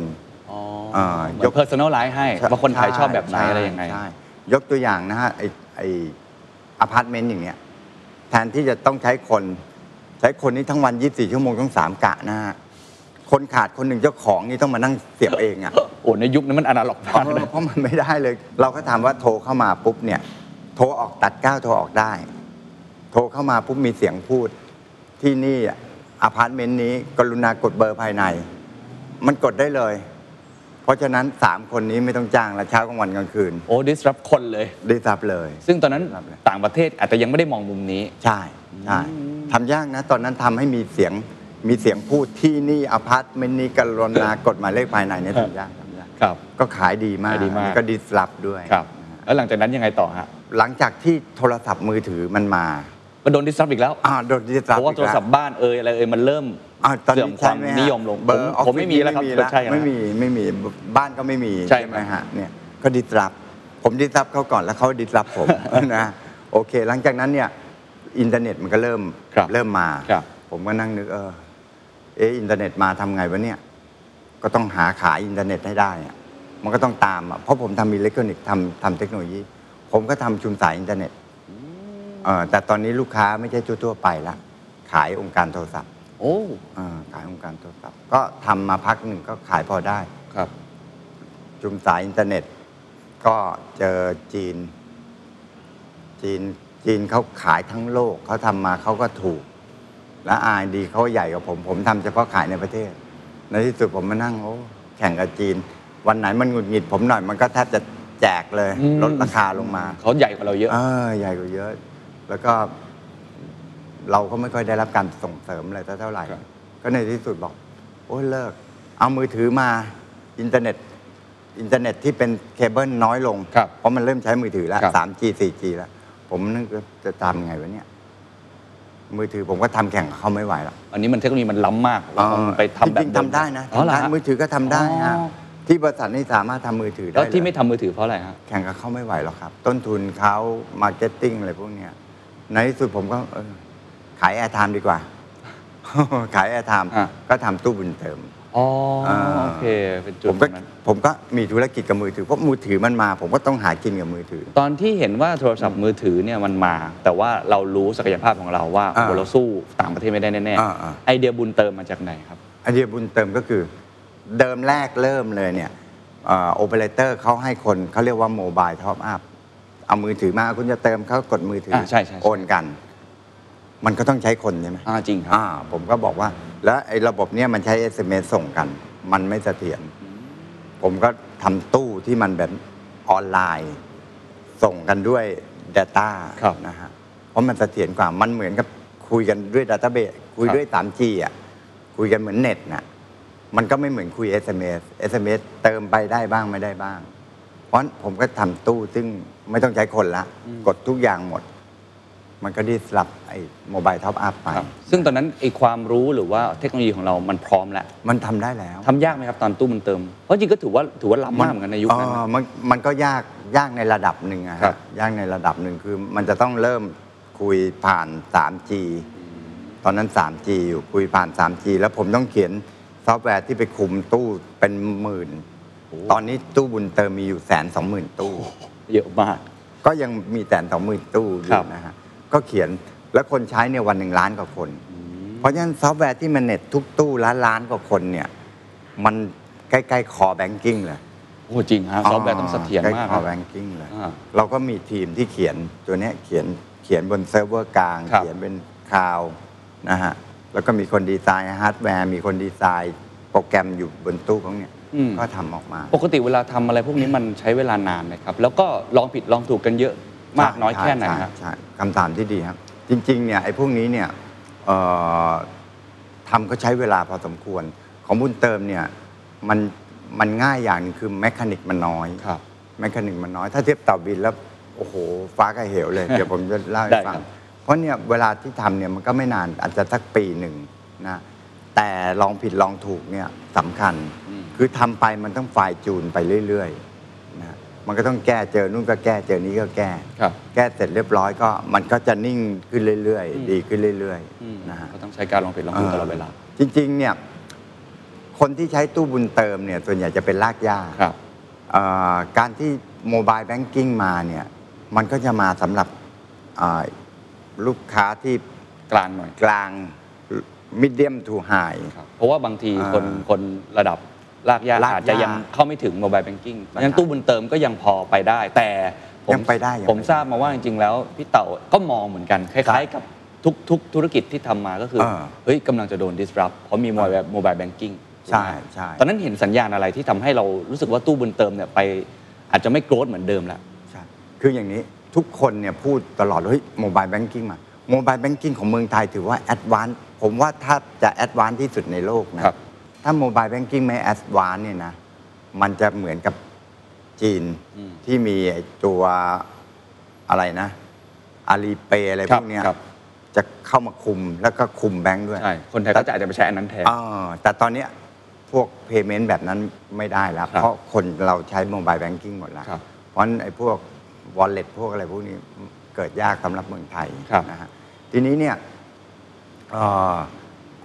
Speaker 2: อ๋อ
Speaker 1: อ่า
Speaker 2: บ
Speaker 1: ย
Speaker 2: ก
Speaker 1: ก
Speaker 2: เพอร์ซันอลไลน์ให้ว่าคนไทยชอบแบบไหน
Speaker 1: ใ
Speaker 2: อะไรยังไง
Speaker 1: ใช่ยกตัวอย่างนะฮะไอไออพาร์ตเมนต์อย่างเนี้ยแทนที่จะต้องใช้คน ใช้คนนี้ทั้งวัน 24 ชั่วโมงต้องสามกะนะฮะคนขาดคนหนึ่งเจ้าของนี่ต้องมานั่งเสียบเองอ่ะ
Speaker 2: โอ้ในยุคนั้นมันอนา ล็อก
Speaker 1: เอ
Speaker 2: มาก
Speaker 1: อ
Speaker 2: นะ
Speaker 1: เพราะมันไม่ได้เลย เราก็ถามว่าโทรเข้ามาปุ๊บเนี่ย โทรออกตัดเก้าโทรออกได้ โทรเข้ามาปุ๊บมีเสียงพูด ที่นี่อพาร์ตเมนต์นี้ กรุณากดเบอร์ภายใน มันกดได้เลย เพราะฉะนั้นสามคนนี้ไม่ต้องจ้างและเช้ากลางวันกลางคืน
Speaker 2: โอ้ disrupt คนเลย
Speaker 1: ได้ทรับเลย
Speaker 2: ซึ่งตอนนั้น
Speaker 1: ครับ
Speaker 2: ต่างประเทศอาจจะยังไม่ได้มองมุมนี้
Speaker 1: ใช่ใช่ทำยากนะ ตอนนั้นทำให้มีเสียงมีเสียงพูดที่นี่อพาร์ตเมนต์นี้กรุณากดหมายเลขภายในเนี่ยทำยากทำยาก
Speaker 2: ครับ
Speaker 1: ก็ขายดีมาก
Speaker 2: ขายดีมาก
Speaker 1: แล้วก็ดิสลับด้วย
Speaker 2: ครับ
Speaker 1: นะฮะ
Speaker 2: แล้วหลังจากนั้นยังไงต่อฮะ
Speaker 1: หลังจากที่โทรศัพท์มือถือมันมา
Speaker 2: ก็โดน disrupt อีกแล้ว
Speaker 1: อ่าโดนดิจิตอล
Speaker 2: เพราะว่าโทรศัพท์บ้านเอ่ยอะไรเอ่ยมันเริ่ม
Speaker 1: อ่าตอน
Speaker 2: เสื่อม
Speaker 1: นี้
Speaker 2: ควา
Speaker 1: ใช่
Speaker 2: ม
Speaker 1: ไหฮะ
Speaker 2: นิยมลง
Speaker 1: เบอร์
Speaker 2: ผ
Speaker 1: ออ
Speaker 2: ม
Speaker 1: ฟ
Speaker 2: ผมไม่มีแล้วครับ
Speaker 1: ไม่มี
Speaker 2: ใช่แล้ว
Speaker 1: ไม่มีไม่มีบ้านก็ไม่มี
Speaker 2: ใช่
Speaker 1: ไหม
Speaker 2: ครับ
Speaker 1: ฮะเนี่ยก็ดิจิตอลผมดิจิตอลเขาก่อนแล้วเขาดิจิตอลผม นะโอเค หลังจากนั้นเนี่ยอินเทอร์เน็ตมันก็เริ่ม
Speaker 2: ครับ
Speaker 1: เริ่มมา
Speaker 2: ครับ
Speaker 1: ผมก็นั่งนึกเออเอะอินเทอร์เน็ตมาทำไงวะเนี่ย ก็ต้องหาขายอินเทอร์เน็ตให้ได้อะมันก็ต้องตามอะเพราะผมทำอิเล็กทรอนิกส์ทำทำเทคโนโลยี ผมก็ทำชุมสายอินเทอร์เน็ตเอ่อแต่ตอนนี้ลูกค้าไม่ใช่ทั่วๆไปละ ขายองค์การโทรศัพท์
Speaker 2: โอ้
Speaker 1: เอ่อขายองค์การโทรศัพท์ ก็ทำมาพักหนึ่งก็ขายพอได้
Speaker 2: ครับ
Speaker 1: ชุมสายอินเทอร์เน็ต ก็เจอจีน จีนจีนเขาขายทั้งโลกเขาทำมาเขาก็ถูก และอายดีเขาใหญ่กว่าผม ผมทำเฉพาะขายในประเทศ ในที่สุดผมมานั่งโอ้แข่งกับจีน วันไหนมันหงุดหงิดผมหน่อยมันก็แทบจะแจกเลย
Speaker 2: อืม
Speaker 1: ลดราคาลงมา
Speaker 2: เขาใหญ่กว่าเราเยอะ
Speaker 1: เออใหญ่กว่าเยอะ แล้วก็เราก็ไม่ค่อยได้รับการส่งเสริมอะไรสักเท่าไหร่
Speaker 2: ครับ
Speaker 1: ก็ในที่สุดบอก โอ้ยเลิก เอามือถือมาอินเทอร์เน็ต อินเทอร์เน็ตที่เป็นเคเบิลน้อยลง
Speaker 2: ครับ
Speaker 1: เพราะมันเริ่มใช้มือถือแล้ว
Speaker 2: ครับ
Speaker 1: 3G 4G แล้ว ผมนึกว่าจะทำไงวะเนี่ย มือถือผมก็ทำแข่งกับเขาไม่ไหวละ
Speaker 2: อันนี้มันเทคโนโลยีมันล้ำมากเราคงไปทำแบบ
Speaker 1: จริงๆทำได้นะ
Speaker 2: อ๋อ
Speaker 1: ทำ
Speaker 2: เหรอ
Speaker 1: ได้
Speaker 2: ฮะ
Speaker 1: มือถือก็ทำได้ฮะ
Speaker 2: อ๋อ
Speaker 1: ที่บริษัทนี่สามารถทำมือถือได้
Speaker 2: แล้วที่
Speaker 1: เลย
Speaker 2: ไม่ทำมือถือเพราะอะไรฮะ
Speaker 1: แข่งกับเขาไม่ไหวหรอกครับ ต้นทุนเขามาร์เก็ตติ้งอะไรพวกเนี้ยในที่สุดผมก็เออขายแอร์ไทม์ดีกว่า ขายแอร์ไทม์
Speaker 2: อ่ะ
Speaker 1: ก็ทำตู้บุญเติม
Speaker 2: อ๋ออา โอเคเป็นจุด
Speaker 1: ผมก็
Speaker 2: นั้น
Speaker 1: ผมก็มีธุรกิจกับมือถือ เพราะมือถือมันมา ผมก็ต้องหากินกับมือถือ
Speaker 2: ตอนที่เห็นว่าโทรศัพท์มือถือเนี่ยมันมา แต่ว่าเรารู้ศักยภาพของเราว่า
Speaker 1: อ่า
Speaker 2: โอ้เราสู้ต่างประเทศไม่ได้แน่
Speaker 1: อ่าอ่า
Speaker 2: ๆไอเดียบุญเติมมาจากไหนครับ
Speaker 1: ไอเดียบุญเติมก็คือ เดิมแรกเริ่มเลยเนี่ยโอเปอเรเตอร์เขาให้คนเขาเรียกว่าโมบายท็อปอัพเอามือถือมาคุณจะเติมเขากดมือถือ
Speaker 2: อ่ะใช่ใช่ใช่
Speaker 1: โอนกัน มันก็ต้องใช้คนใช่ไหม
Speaker 2: อ่าจริงครับ
Speaker 1: อ่าผมก็บอกว่า แล้วไอ้ระบบเนี้ยมันใช้ SMS ส่งกัน มันไม่เสถียรผมก็ทำตู้ที่มันแบบออนไลน์ ส่งกันด้วย Data
Speaker 2: ครับ
Speaker 1: นะฮะเพราะมันเสถียรกว่ามันเหมือนกับคุยกันด้วย Database คุยด้วย 3G อ่ะคุยกันเหมือนเน็ตน่ะมันก็ไม่เหมือนคุย SMS SMS เติมไปได้บ้างไม่ได้บ้าง เพราะฉะนั้นผมก็ทำตู้ซึ่งไม่ต้องใช้คนละ กดทุกอย่างหมด มันก็ได้สลับไอ้โมบายท็อปอัพไป
Speaker 2: ครับ ซึ่งตอนนั้นไอความรู้หรือว่าเทคโนโลยีของเรามันพร้อมแล้ว
Speaker 1: มันทำได้แล้ว
Speaker 2: ทำยากไหมครับตอนตู้บุญเติม เพราะจริงก็ถือว่าถือว่าล้ำมากเหมือนกันในยุคนั้น
Speaker 1: เอ่
Speaker 2: นะ
Speaker 1: อมันมันก็ยากยากในระดับหนึ่งอะ
Speaker 2: ครั
Speaker 1: ฮะ
Speaker 2: บ
Speaker 1: ยากในระดับหนึ่งคือมันจะต้องเริ่มคุยผ่าน 3G ตอนนั้น 3G อยู่คุยผ่าน 3G แล้วผมต้องเขียนซอฟต์แวร์ที่ไปคุมตู้เป็นหมื่น ตอนนี้ตู้บุญเติมมีอยู่แสนสองหมื่นตู้
Speaker 2: เยอะมาก
Speaker 1: ก็ยังมีแต่สองหมื่นตู้อ
Speaker 2: ครั
Speaker 1: ยู่
Speaker 2: บ
Speaker 1: นะฮะ ก็เขียนแล้วคนใช้เนี่ยวันหนึ่งล้านกว่าคน เพราะฉะนั้นซอฟต์แวร์ที่มันเน็ตทุกตู้ล้านล้านกว่าคนเนี่ย มันใกล้ ๆ คอแบงกิ้งเลย
Speaker 2: โอ้จริงฮะซอฟต์แวร์ต้องเสถียรมาก
Speaker 1: พอแรงกิ้งเลย
Speaker 2: อ่า
Speaker 1: เราก็มีทีมที่เขียนตัวเนี้ยเขียนเขียนบนเซิร์ฟเวอร์กลาง
Speaker 2: ครับ
Speaker 1: เขียนเป็นคลาวด์นะฮะ แล้วก็มีคนดีไซน์ฮาร์ดแวร์ มีคนดีไซน์โปรแกรมอยู่บนตู้ของเนี่ย
Speaker 2: อืม
Speaker 1: ก็ทำออกมา
Speaker 2: ปกติเวลาทำอะไรพวกนี้มันใช้เวลานานไหมครับ แล้วก็ลองผิดลองถูกกันเยอะมากน้อยแค่ไหน
Speaker 1: ครั
Speaker 2: ครั
Speaker 1: บบ ใช่คำถามที่ดีครับ จริงๆเนี่ยไอ้พวกนี้เนี่ยเอ่อทำก็ใช้เวลาพอสมควร ของบุญเติมเนี่ยมันมันง่ายอย่างหนึงคือแมคานิกมันน้อย
Speaker 2: ครับ
Speaker 1: แมคานิกมันน้อย ถ้าเทียบเต่าบินแล้ว โอ้โห ฟ้าก็เหว เลย เดี๋ยวผมจะเล่าให้
Speaker 2: ได้
Speaker 1: ฟั
Speaker 2: ครั
Speaker 1: ง
Speaker 2: บ
Speaker 1: เพราะเนี่ยเวลาที่ทำเนี่ยมันก็ไม่นานอาจจะสักปีหนึ่งนะแต่ลองผิดลองถูกเนี่ยสำคัญ
Speaker 2: อืม
Speaker 1: คือทำไปมันต้องฝ่ายจูนไปเรื่อยๆนะมันก็ต้องแก้เจอนู่นก็แก้เจอนี้ก็แก้
Speaker 2: ครับ
Speaker 1: แก้เสร็จเรียบร้อยก็มันก็จะนิ่งขึ้นเรื่อย ๆ ดีขึ้นเรื่อย
Speaker 2: อืม
Speaker 1: ๆนะฮะ
Speaker 2: ก็ต้องใช้การลองผิดลองถูกตลอดเวลา
Speaker 1: จริงๆเนี่ยคนที่ใช้ตู้บุญเติมเนี่ยส่วนใหญ่จะเป็นลากย่า
Speaker 2: ครับ
Speaker 1: เอ่อการที่โมบายแบงกิ้งมาเนี่ยมันก็จะมาสำหรับเอ่อลูกค้าที่
Speaker 2: กลางหน่อย
Speaker 1: กลางมิดเดิมทูไฮ
Speaker 2: ครับเพราะว่าบางที
Speaker 1: อ่า
Speaker 2: คนคนระดับลากยาก
Speaker 1: รากย่า
Speaker 2: อาจจะยังเข้าไม่ถึงโมบายแบงกิ้งยังตู้บุญเติมก็ยังพอไปได้ แต่ผม
Speaker 1: ยังไปได้ยังไปได้
Speaker 2: ผมทราบมาว่าจริงๆแล้วพี่เต่าก็มองเหมือนกันคล้ายๆ กับทุกทุกธุรกิจที่ทำมาก็คืออา เฮ้ยกำลังจะโดน disrupt เพราะมีโมบายแบงกิ้ง
Speaker 1: ใช่ใช่
Speaker 2: ตอนนั้นเห็นสัญญาณอะไรที่ทำให้เรารู้สึกว่าตู้บุญเติมเนี่ยไป อาจจะไม่โกรธเหมือนเดิมแล้ว
Speaker 1: ใช่คืออย่างนี้ทุกคนเนี่ยพูดตลอดว่าเฮ้ยโมบายแบงกิ้งมาโมบายแบงกิ้งของเมืองไทยถือว่าแอดวานผมว่าถ้าจะแอดวานที่สุดในโลกนะครับ ถ้าโมบายแบงกิ้งไม่แอดวานเนี่ยนะมันจะเหมือนกับจีนที่มีไอ้ตัวอะไรนะอาลีเปอะไรพวกเนี้ย
Speaker 2: ครับ
Speaker 1: จะเข้ามาคุมแล้วก็คุมแบงค์ด้วย
Speaker 2: ใช่ คนไทยก็จะอาจจะไปใช้อันนั้นแทน
Speaker 1: อ่าแต่ตอนเนี้ยพวก Payment แบบนั้นไม่ได้แล้ว
Speaker 2: ครับ
Speaker 1: เพราะคนเราใช้ Mobile Banking หมดแล้ว
Speaker 2: ครับ
Speaker 1: เพราะฉะนั้นไอ้พวก Wallet พวกอะไรพวกนี้เกิดยากสำหรับเมืองไทย
Speaker 2: ครับ
Speaker 1: นะฮะทีนี้เนี่ยเอ่อ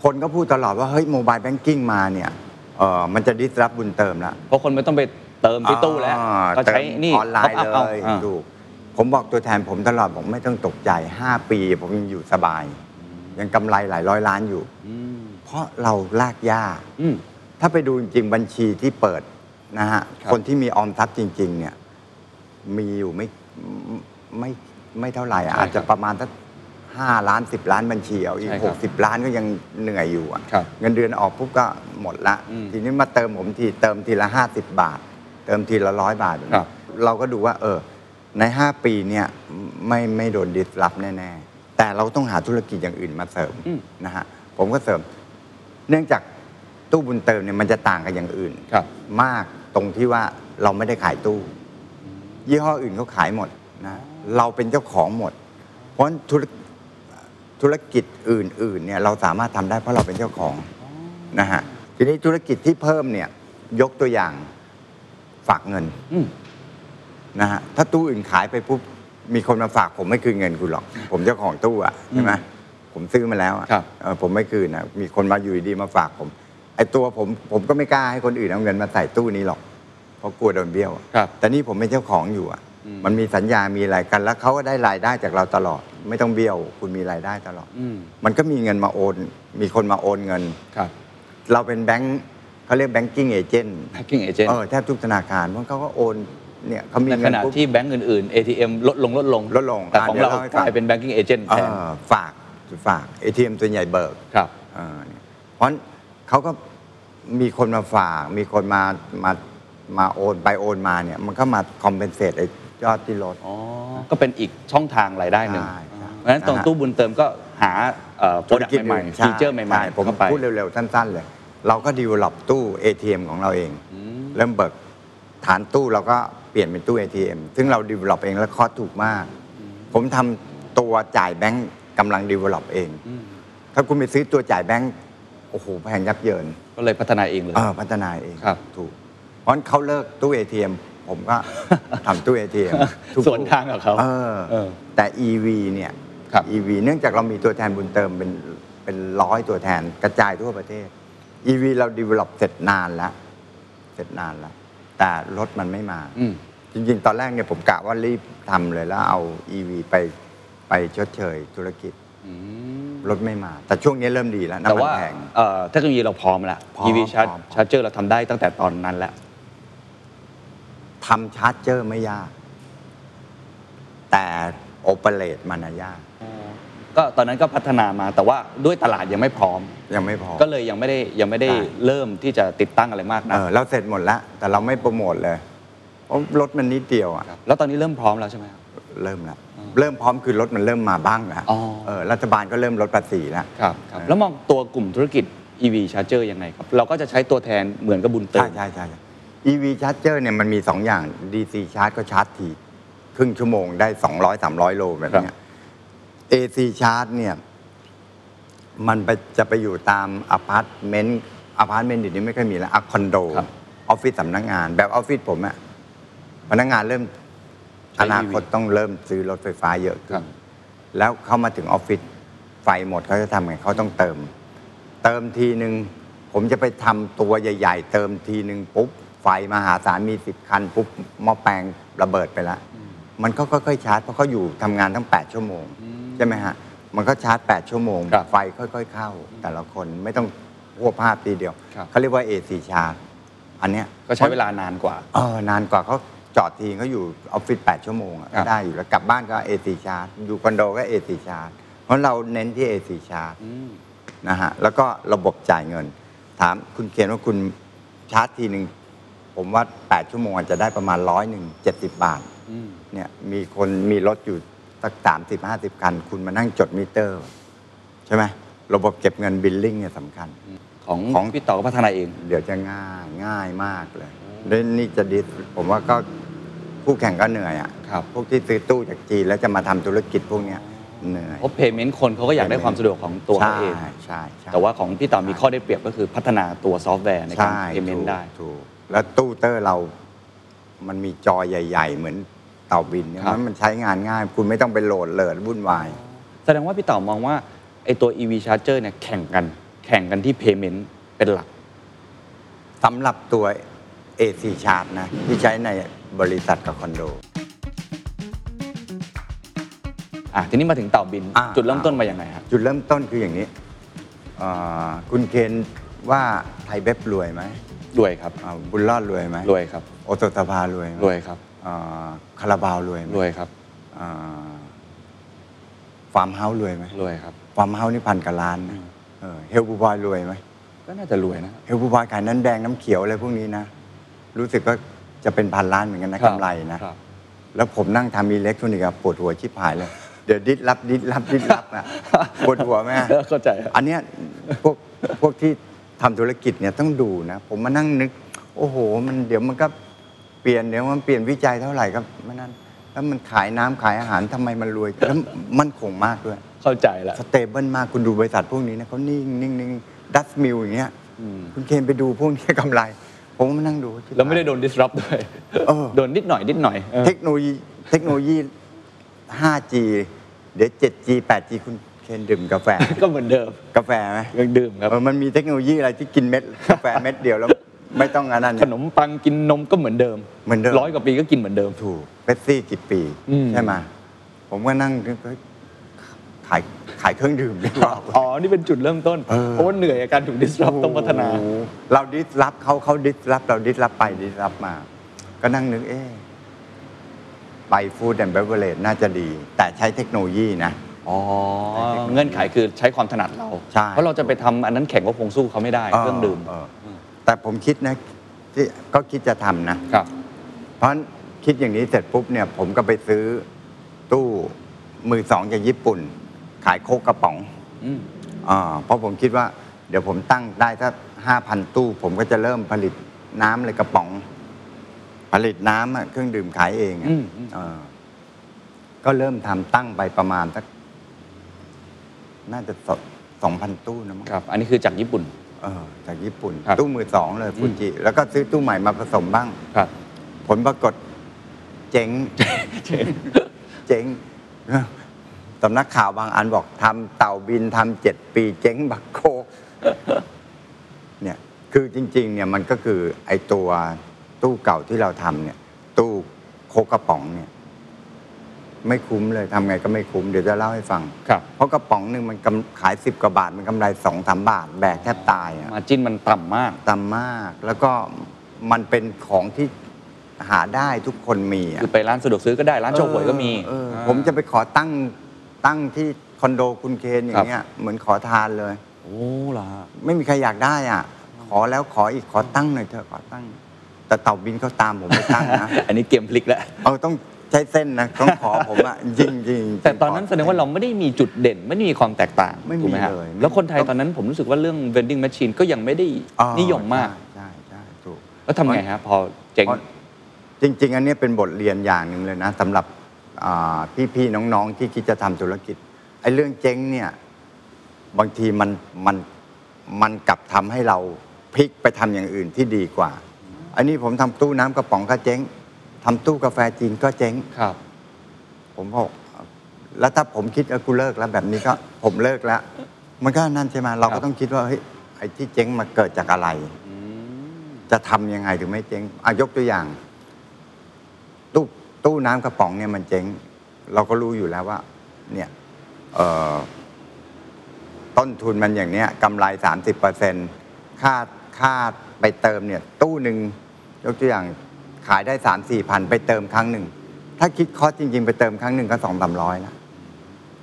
Speaker 1: คนก็พูดตลอดว่า เฮ้ย Mobile Banking มาเนี่ยเอ่อมันจะดิสรับบุญเติมแล้ว
Speaker 2: เพราะคนไม่ต้องไปเติมที่ตู้แล้ว
Speaker 1: อ่า
Speaker 2: ก็ใช้นี่
Speaker 1: เติมออนไลน์
Speaker 2: top
Speaker 1: เล
Speaker 2: up อาย อ่า
Speaker 1: ถูกผมบอกตัวแทนผมตลอดบอกไม่ต้องตกใจ 5 ปี ผมยังอยู่สบาย ยังกำไรหลายร้อยล้านอยู่
Speaker 2: อืม
Speaker 1: เพราะเราลากย่า
Speaker 2: อืม
Speaker 1: ถ้าไปดูจริงๆบัญชีที่เปิดนะฮะ
Speaker 2: ครับ
Speaker 1: คนที่มีออมทรัพย์จริง ๆ เนี่ย มีอยู่ไม่ไม่ไม่เท่าไหร่อะอาจจะประมาณสักห้าล้านสิบล้านบัญชีเอาอีก
Speaker 2: ใช่ค
Speaker 1: ห
Speaker 2: รั
Speaker 1: ก
Speaker 2: บ
Speaker 1: สิบล้านก็ยังเหนื่อยอยู่อะ
Speaker 2: ครับ
Speaker 1: เงินเดือนออกปุ๊บก็หมดละ
Speaker 2: อืม
Speaker 1: ทีนี้มาเติมผมทีเติมทีละห้าสิบบาท เติมทีละร้อยบาท
Speaker 2: ครับ
Speaker 1: เราก็ดูว่า เออ ในห้าปีเนี่ยไม่ไม่โดนดิสรับแน่ๆ แต่เราต้องหาธุรกิจอย่างอื่นมาเสริม
Speaker 2: อืม
Speaker 1: นะฮะผมก็เสริม เนื่องจากตู้บุญเติมเนี่ยมันจะต่างกับอย่างอื่น
Speaker 2: ครับ
Speaker 1: มากตรงที่ว่าเราไม่ได้ขายตู้ ยี่ห้ออื่นเขาขายหมดนะเราเป็นเจ้าของหมด เพราะฉะนั้นธุรธุรกิจอื่นๆเนี่ยเราสามารถทำได้เพราะเราเป็นเจ้าของนะฮะทีนี้ธุรกิจที่เพิ่มเนี่ยยกตัวอย่างฝากเงิน
Speaker 2: อืม
Speaker 1: นะฮะถ้าตู้อื่นขายไปปุ๊บมีคนมาฝากผมไม่คืนเงินคุณหรอก ผมเจ้าของตู้อะใช่ไหมผมซื้อมาแล้วอะ
Speaker 2: ครับ
Speaker 1: เออผมไม่คืนนะมีคนมาอยู่ดีๆมาฝากผมไอตัวผมผมก็ไม่กล้าให้คนอื่นเอาเงินมาใส่ตู้นี้หรอก เพราะกลัวโดนเบี้ยวอะ
Speaker 2: ครับ
Speaker 1: แต่นี่ผมเป็นเจ้าของอยู่อ่ะ
Speaker 2: อืม
Speaker 1: มันมีสัญญา มีอะไรกัน แล้วเขาก็ได้รายได้จากเราตลอด ไม่ต้องเบี้ยว คุณมีรายได้ตลอด
Speaker 2: อืม
Speaker 1: มันก็มีเงินมาโอน มีคนมาโอนเงิน
Speaker 2: ครับ
Speaker 1: เราเป็นแบงค์เขาเรียกแบงกิ้งเอเจนต์
Speaker 2: แพ็กกิ้งเอเจน
Speaker 1: เอ
Speaker 2: ต์
Speaker 1: อแทบทุกธนาคารเพราะเขาก็โอน เนี่ยเขามี
Speaker 2: ใน
Speaker 1: เงิ
Speaker 2: ข
Speaker 1: น
Speaker 2: ณะ
Speaker 1: ปุ๊บ
Speaker 2: ที่แบงก์อื่นๆ ATM ลดลงลดลง
Speaker 1: ลดลง
Speaker 2: แต่
Speaker 1: อ่ะ
Speaker 2: ของ
Speaker 1: เดี๋ยว
Speaker 2: เรา
Speaker 1: เล่าให้ฟั
Speaker 2: ก
Speaker 1: ง
Speaker 2: ลายเป็นแบงกิ้งเอเจนต์
Speaker 1: เอ
Speaker 2: แทน
Speaker 1: อฝากฝากเอทีเอ็มส่วนใหญ่เบิก
Speaker 2: ครับ
Speaker 1: เออเนี่ยเพราะฉะนั้นเขาก็มีคนมาฝาก มีคนมา มา มาโอนไปโอนมาเนี่ย มันก็มาคอมเพนเซตไอ้ยอดที่ลด
Speaker 2: อ๋อ ก็เป็นอีกช่องทางรายได้หนึ่ง
Speaker 1: ใช่ใช่
Speaker 2: เพราะฉะนั้นตรงตู้บุญเติมก็หาโปรดักต์ใหม่ๆฟีเจอร์ใหม่ๆ
Speaker 1: ผม
Speaker 2: เข้าไป
Speaker 1: พูดเร็วๆ สั้น ๆ เลย เราก็ดีลลอปตู้ ATM ของเราเอง เริ่มเบิกฐานตู้เราก็เปลี่ยนเป็นตู้ ATM ซึ่งเราดีลลอปเองและคอสถูกมาก ผมทำตัวจ่ายแบงก์กำลังดีลลอปเอง
Speaker 2: อืม
Speaker 1: ถ้าคุณไปซื้อตัวจ่ายแบงก์โอ้โหแพงยับเยิน
Speaker 2: ก็เลยพัฒนาเองเลย
Speaker 1: เออพัฒนาเอง
Speaker 2: ครับ
Speaker 1: ถูก เพราะฉะนั้นเขาเลิกตู้ ATM ผม ก็ ทำตู้ ATM ทุก
Speaker 2: สวนทางกับเขา
Speaker 1: เออ
Speaker 2: เออ
Speaker 1: แต่ EV เนี่ย
Speaker 2: ครับ
Speaker 1: EV เนื่องจากเรามีตัวแทนบุญเติมเป็นเป็นร้อยตัวแทนกระจายทั่วประเทศ EV เรา develop เสร็จนานแล้ว เสร็จนานแล้ว แต่รถมันไม่มา
Speaker 2: อืม
Speaker 1: จริงๆ ตอนแรกเนี่ยผมกะว่ารีบทำเลยแล้วเอา EV ไปไปชดเชยธุรกิจรถไม่มา แต่ช่วงนี้เริ่มดีแล้ว
Speaker 2: แต่
Speaker 1: น้ำมัน
Speaker 2: ว่า
Speaker 1: แพง
Speaker 2: เอ่อเทคโนโลยีเราพร้อมแล้ว
Speaker 1: พร้อม
Speaker 2: EV ชาร์จชาร์เจอร์เราทำได้ตั้งแต่ตอนนั้นแล้ว
Speaker 1: ทำชาร์จเจอร์ไม่ยาก แต่โอเปเรตมันน่ะยาก
Speaker 2: ก็ตอนนั้นก็พัฒนามาแต่ว่าด้วยตลาดยังไม่พร้อม
Speaker 1: ยังไม่พอ
Speaker 2: ก็เลยยังไม่ได้ยังไม่ได้
Speaker 1: ใช่
Speaker 2: เริ่มที่จะติดตั้งอะไรมากนะ
Speaker 1: เออเราเสร็จหมดแล้ว แต่เราไม่โปรโมทเลยเพราะรถมันนิดเดียวอ่ะ
Speaker 2: แล้วตอนนี้เริ่มพร้อมแล้วใช่ไหมครับ
Speaker 1: เริ่มแล้วเริ่มพร้อมคือรถมันเริ่มมาบ้างแล้ว
Speaker 2: อ๋อ
Speaker 1: เออรัฐบาลก็เริ่มลดภาษีแล้ว
Speaker 2: ครับ
Speaker 1: ครับ
Speaker 2: แล้วมองตัวกลุ่มธุรกิจ EV Charger ยังไงครับ เราก็จะใช้ตัวแทนเหมือนกับบุญเติ
Speaker 1: ใช่
Speaker 2: ม
Speaker 1: ใช่ใช่ EV charger เนี่ยมันมี 2 อย่าง DC charge ก็ชาร์จที ครึ่งชั่วโมงได้ 200 300 โลแบบ
Speaker 2: ครั
Speaker 1: เนี้
Speaker 2: บ
Speaker 1: ย AC charge เนี่ย มันไปจะไปอยู่ตามอพาร์ตเมนต์อพาร์ตเมนต์เดี๋ยวนี้ไม่ค่อยมีแล้วอะคอนโดอ
Speaker 2: ครับ
Speaker 1: อฟฟิศสำนักงาน แบบออฟฟิศผมอะพนักงานเริ่มอนาคตต้องเริ่มซื้อรถไฟฟ้าเยอะขึ้น แล้วเขามาถึงออฟฟิศไฟหมดเขาจะทำไงเขาต้องเติม เติมทีหนึ่งผมจะไปทำตัวใหญ่ ๆ เติมทีหนึ่งปุ๊บ ไฟมหาศาลมีสิบคัน ปุ๊บหม้อแปลงระเบิดไปละมันก็ค่อยๆชาร์จเพราะเขาอยู่ทำงานทั้ง 8 ชั่วโมง ใช่ไหมฮะ มันก็ชาร์จ 8 ชั่วโมง
Speaker 2: ครับ
Speaker 1: ไฟค่อยๆเข้า แต่ละคนไม่ต้องพัวภาพทีเดียว
Speaker 2: ครับ
Speaker 1: เขาเรียกว่า AC ชาร์จอันเนี้ย
Speaker 2: ก็ใช้เวลานานกว่า
Speaker 1: เออนานกว่าเขาจอดทีเขาอยู่ออฟฟิศ8ชั่วโมงอะ
Speaker 2: ครับ
Speaker 1: ได้อยู่แล้วกลับบ้านก็เอซีชาร์จอยู่คอนโดก็เอซีชาร์จเพราะเราเน้นที่เอซีชาร์จ
Speaker 2: อืม
Speaker 1: นะฮะแล้วก็ระบบจ่ายเงิน ถามคุณเขียนว่าคุณชาร์จทีหนึ่งผมว่า 8 ชั่วโมงอาจจะได้ประมาณร้อยหนึ่งเจ็ดสิบบาท
Speaker 2: อืม
Speaker 1: เนี่ยมีคนมีรถอยู่สักสามสิบห้าสิบคัน คุณมานั่งจดมิเตอร์ ใช่ไหมระบบเก็บเงินบิลลิ่งเนี่ยสำคัญ
Speaker 2: ของ
Speaker 1: ของ
Speaker 2: พี่ต่อก็พัฒนาเอง
Speaker 1: เดี๋ยวจะง่ายง่ายมากเลยแล้วนี่จะดีผมว่าก็คู่แข่งก็เหนื่อยอ่ะ
Speaker 2: ครับ
Speaker 1: พวกที่ซื้อตู้จากจีนแล้วจะมาทำธุรกิจพวกเนี้ยเหนื่อย
Speaker 2: เพราะเพย์เมนต์คนเขาก็อยากได้ความสะดวกของตัวเขาเอง
Speaker 1: ใช่ใช่ใช่
Speaker 2: แต่ว่าของพี่ต่อมีข้อได้เปรียบก็คือพัฒนาตัวซอฟต์แวร์ในการ
Speaker 1: ใช่
Speaker 2: เพย์เมน
Speaker 1: ถูก
Speaker 2: ต์ได้
Speaker 1: ถูกแล้วตู้เตอร์เรา มันมีจอใหญ่ ๆ เหมือนเต่าบินเนี่ย
Speaker 2: ครับ
Speaker 1: มันใช้งานง่าย คุณไม่ต้องไปโหลดเลิดวุ่นวาย
Speaker 2: แสดงว่าพี่ต่อมองว่าไอ้ตัว EV Charger เนี่ยแข่งกัน แข่งกันที่เพย์เมนต์เป็นหลัก
Speaker 1: สำหรับตัว AC Chart นะ ที่ใช้ในบริษัทกับคอนโด
Speaker 2: อ่ะทีนี้มาถึงเต่าบิน
Speaker 1: อ่า
Speaker 2: จุดเริ่มต้นมาอย่างไงฮะ
Speaker 1: จุดเริ่มต้นคืออย่างนี้เอ่อคุณเคนว่าไทยเบบรวยไหม
Speaker 2: รวยครับ
Speaker 1: อ่าบุญรอดรวยไหม
Speaker 2: รวยครับ
Speaker 1: โอโตตาพารวยไหม
Speaker 2: รวยครับ
Speaker 1: อ่าคาราบาวรวยไหม
Speaker 2: รวยครับ
Speaker 1: อ่าฟาร์มเฮาส์รวยไหม
Speaker 2: รวยครับ
Speaker 1: ฟาร์มเฮาส์นี่พันกว่าล้านนะเออเฮลบูบอยรวยไหม
Speaker 2: ก็น่าจะรวยนะ
Speaker 1: เฮลบูบอยขายน้ำแดงน้ำเขียวอะไรพวกนี้นะ รู้สึกก็จะเป็นพันล้านเหมือนกันนะครับ กำไรนะ
Speaker 2: ครับ
Speaker 1: แล้วผมนั่งทำอิเล็กทรอนิกส์อะปวดหัวชิบหายเลย เดี๋ยวดิดรับดิดรับดิดรับ อะปวดหัวไหมอะ
Speaker 2: เข้าใจครับ
Speaker 1: อันเนี้ยพวกพวกที่ทำธุรกิจเนี่ยต้องดูนะ ผมมานั่งนึก โอ้โห มันเดี๋ยวมันก็เปลี่ยนเดี๋ยวมันเปลี่ยนวิจัยเท่าไหร่ก็มันนั่นแล้วมันขายน้ำขายอาหารทำไมมันรวยแล้วมั่นคงมากด้วย
Speaker 2: เข้าใจละ
Speaker 1: สเตเบิลมากคุณดูบริษัทพวกนี้นะเขานิ่งนิ่งนิ่งดัชมิลอย่างเงี้ย
Speaker 2: อืม
Speaker 1: คุณเคนไปดูพวกนี้ กำไร ผมมานั่งดู
Speaker 2: แล้วไม่ได้โดน disrupt ด้วย
Speaker 1: เออ
Speaker 2: โดนนิดหน่อยนิดหน่อยเออ
Speaker 1: เทคโนโลยีเทคโนโลยี 5G เดี๋ยว 7G 8G คุณเคนดื่มกาแฟ
Speaker 2: ก็เหมือนเดิม
Speaker 1: กาแฟไหม
Speaker 2: ยังดื่มครับ
Speaker 1: เออมันมีเทคโนโลยีอะไรที่กินเม็ด กาแฟเม็ดเดี ยวแล้ว ไม่ต้องอันนั้น
Speaker 2: ข
Speaker 1: เนี่ย
Speaker 2: นมปังกินนมก็เหมือนเดิม
Speaker 1: เหมือนเดิม
Speaker 2: ร้อยกว่าปีก็กินเหมือนเดิม
Speaker 1: ถูกเป๊ปซี่กี่ปี
Speaker 2: อืม
Speaker 1: ใช่ไหมผมก็นั่งนึกเฮ้ยขายขายเครื่องดื่มดีกว่า
Speaker 2: อ๋อ นี่เป็นจุดเริ่มต้น
Speaker 1: เออ
Speaker 2: เพราะว่าเหนื่อยกับการถูก disrupt ต้องพัฒนา
Speaker 1: โอ้โหเราดิสรับเขาเขาดิสรับเราดิสรับไปดิสรับมา ก็นั่งนึกเอ๊ะไปฟู้ดแอนด์เบเวอเรจน่าจะดี แต่ใช้เทคโนโลยีนะ
Speaker 2: อ๋อ เงื่อนไขคือใช้ความถนัดเรา
Speaker 1: ใช่
Speaker 2: เพราะเราจะไปทำอันนั้นแข่งก็คงสู้เขาไม่ได้ เครื่องดื่ม
Speaker 1: เออแต่ผมคิดนะที่ก็คิดจะทำนะ
Speaker 2: ครับ
Speaker 1: เพราะคิดอย่างนี้เสร็จปุ๊บเนี่ย ผมก็ไปซื้อตู้มือสองจากญี่ปุ่น ขายโคกกระป๋อง
Speaker 2: อืม
Speaker 1: อ่าเพราะผมคิดว่า เดี๋ยวผมตั้งได้ถ้าห้าพันตู้ ผมก็จะเริ่มผลิตน้ำเลยกระป๋อง ผลิตน้ำอะเครื่องดื่มขายเองอะ
Speaker 2: อืมอืม
Speaker 1: เออก็เริ่มทำตั้งไปประมาณสักน่าจะสองพันตู้นะมั้ง
Speaker 2: ครับ อันนี้คือจากญี่ปุ่น
Speaker 1: เออจากญี่ปุ่น
Speaker 2: ครับ
Speaker 1: ตู้มือสองเลย
Speaker 2: อืม
Speaker 1: ฟูจิแล้วก็ซื้อตู้ใหม่มาผสมบ้าง
Speaker 2: ครับ
Speaker 1: ผลปรากฏเจ๊ง เจ๊งสำนักข่าวบางอันบอกทำเต่าบินทำเจ็ดปี เจ๊งบักโคก เนี่ยคือจริง ๆ เนี่ยมันก็คือไอตัวตู้เก่าที่เราทำเนี่ย ตู้โคกกระป๋องเนี่ย ไม่คุ้มเลยทำไงก็ไม่คุ้มเดี๋ยวจะเล่าให้ฟัง
Speaker 2: ครับ
Speaker 1: เพราะกระป๋องหนึ่งมันกำขายสิบกว่าบาท มันกำไรสองสามบาท แบกแทบตายอ่ะ
Speaker 2: มาจิ้นมันต่ำมาก
Speaker 1: ต่ำมาก แล้วก็มันเป็นของที่ หาได้ทุกคนมีอะ
Speaker 2: คือไปร้านสะดวกซื้อก็ได้ร้านโชว์หวยก็มี
Speaker 1: เออ
Speaker 2: อ่า
Speaker 1: ผมจะไปขอตั้งตั้งที่คอนโดคุณเคนอย่างเงี้ยเหมือนขอทานเลย
Speaker 2: โอ้ล่ะ
Speaker 1: ไม่มีใครอยากได้อ่ะ ขอแล้วขออีกขอตั้งหน่อยเถอะขอตั้ง แต่เต่าบินเขาตามผมไม่ตั้งนะ
Speaker 2: อันนี้เกมพลิกแล้ว
Speaker 1: เอาต้องใช้เส้นนะต้องขอผมอ่ะจริงๆจริงๆ
Speaker 2: แต่ตอนนั้น
Speaker 1: ข
Speaker 2: แสดงว่าเราไม่ได้มีจุดเด่น ไม่ได้มีความแตกต่าง
Speaker 1: ไม่มี
Speaker 2: ถูกหฮะ
Speaker 1: เลย
Speaker 2: แล้วคนไทยตอนนั้นผมรู้สึกว่าเรื่อง vending machine ก็ยังไม่ได้
Speaker 1: อ๋อ
Speaker 2: นิยมมาก
Speaker 1: ใช่ใช่ใช่ถูก
Speaker 2: แล้วทำไงฮะ พอเจ๋ง
Speaker 1: เพราะจริง ๆ อันเนี้ยเป็นบทเรียนอย่างหนึ่งเลยนะสำหรับอ่าพี่ๆน้องๆที่คิดจะทำธุรกิจไอ้เรื่องเจ๊งเนี่ยบางทีมันมันมันกลับทำให้เราพลิกไปทำอย่างอื่นที่ดีกว่า อันนี้ผมทำตู้น้ำกระป๋องก็เจ๊งทำตู้กาแฟจีนก็เจ๊ง
Speaker 2: ครับ
Speaker 1: ผมบอกแล้วถ้าผมคิดว่ากูเลิกแล้วแบบนี้ก็ ผมเลิกแล้ว มันก็นั่นใช่ไหมเรา
Speaker 2: ครั
Speaker 1: ก็
Speaker 2: บ
Speaker 1: ต้องคิดว่าเฮ้ยไอ้ที่เจ๊งมาเกิดจากอะไร
Speaker 2: อืม
Speaker 1: จะทำยังไงถึงไม่เจ๊งอายกตัวอย่าง ตู้ตู้น้ำกระป๋องเนี่ยมันเจ๊ง เราก็รู้อยู่แล้วว่า เนี่ยเอ่อต้นทุนมันอย่างเนี้ยกำไรสามสิบเปอร์เซ็นค่าค่าไปเติมเนี่ย ตู้หนึ่งยกตัวอย่างขายได้สามสี่พันไปเติมครั้งหนึ่ง ถ้าคิดคอสจริง ๆ ไปเติมครั้งหนึ่งก็สองสามร้อยละ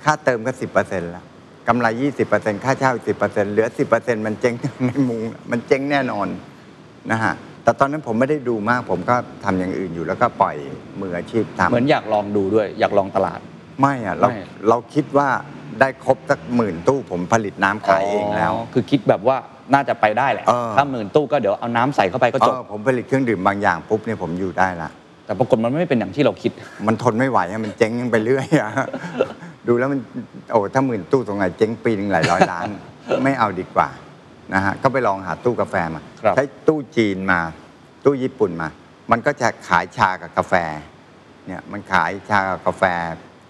Speaker 1: ค่าเติมก็สิบเปอร์เซ็นละกำไรยี่สิบเปอร์เซ็นค่าเช่าอีกสิบเปอร์เซ็นเหลือสิบเปอร์เซ็นมันเจ๊ง ในมุงมันเจ๊งแน่นอน นะฮะ แต่ตอนนั้นผมไม่ได้ดูมาก ผมก็ทำอย่างอื่นอยู่แล้วก็ปล่อยมืออาชีพทำ
Speaker 2: เหมือนอยากลองดูด้วย อยากลองตลาด
Speaker 1: ไม่อะเรา
Speaker 2: ไม่
Speaker 1: เราคิดว่าได้ครบสักหมื่นตู้ผมผลิตน้ำขายเองแล้ว
Speaker 2: คือคิดแบบว่าน่าจะไปได้แหละ
Speaker 1: เออ
Speaker 2: ถ้าหมื่นตู้ก็เดี๋ยวเอาน้ำใส่เข้าไปก็จบ
Speaker 1: เออผมผลิตเครื่องดื่มบางอย่างปุ๊บเนี่ยผมอยู่ได้ละ
Speaker 2: แต่ปรากฏมันไม่เป็นอย่างที่เราคิด
Speaker 1: มันทนไม่ไหวอะมันเจ๊งไปเรื่อยอะ ดูแล้วมันโอ้ถ้าหมื่นตู้ตรงไหนเจ๊งปีหนึงหลายร้อยล้าน ไม่เอาดีกว่านะฮะก็ไปลองหาตู้กาแฟมา
Speaker 2: ครับ
Speaker 1: ใช้ตู้จีนมา ตู้ญี่ปุ่นมา มันก็จะขายชากับกาแฟ เนี่ยมันขายชากับกาแฟ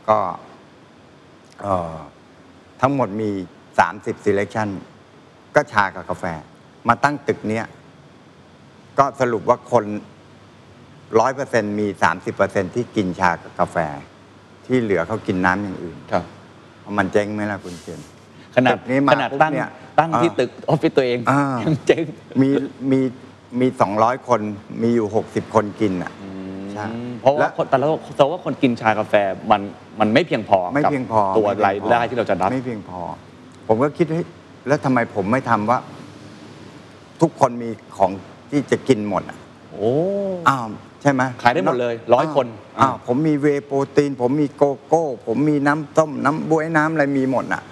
Speaker 1: ก็เอ่อทั้งหมดมี 30 selection ก็ชากับกาแฟ มาตั้งตึกเนี้ยก็สรุปว่าคน ร้อยเปอร์เซ็นมีสามสิบเปอร์เซ็นที่กินชากับกาแฟ ที่เหลือเขากินน้ำอย่างอื่น
Speaker 2: ครับ
Speaker 1: มันเจ๊งไหมล่ะคุณเจน
Speaker 2: ขนาด
Speaker 1: ตึกนี้มา
Speaker 2: ขนาดตั้ง
Speaker 1: ปุ๊บเนี่ย
Speaker 2: ตั้งที่
Speaker 1: อ่า
Speaker 2: ตึกออฟฟิศตัวเอง
Speaker 1: อ่ายั
Speaker 2: ยังเจ๊ง
Speaker 1: มีมีมีสองร้อยคนมีอยู่หกสิบคนกินอ่ะ ใช่
Speaker 2: เพราะว่า
Speaker 1: และ
Speaker 2: คนแต่ละแต่ว่าคนกินชากาแฟมันมันไม่เพียงพอ
Speaker 1: ไม่
Speaker 2: กับ
Speaker 1: เพียงพอ
Speaker 2: ตัว
Speaker 1: ม่พีพอ
Speaker 2: ราง ยได้ที่เราจะรับ
Speaker 1: ไม่เพียงพอ ผมก็คิดเฮ้ยแล้วทำไมผมไม่ทำว่า ทุกคนมีของที่จะกินหมดอะ
Speaker 2: โอ้
Speaker 1: อ้าวใช่ไหม
Speaker 2: ขายได้หมดเลย100
Speaker 1: าว
Speaker 2: คน
Speaker 1: อ้าวผมมีเวย์โปรตีน ผมมีโกโก้ ผมมีน้ำต้มน้ำบวยน้ำอะไรมีหมดอ่ะ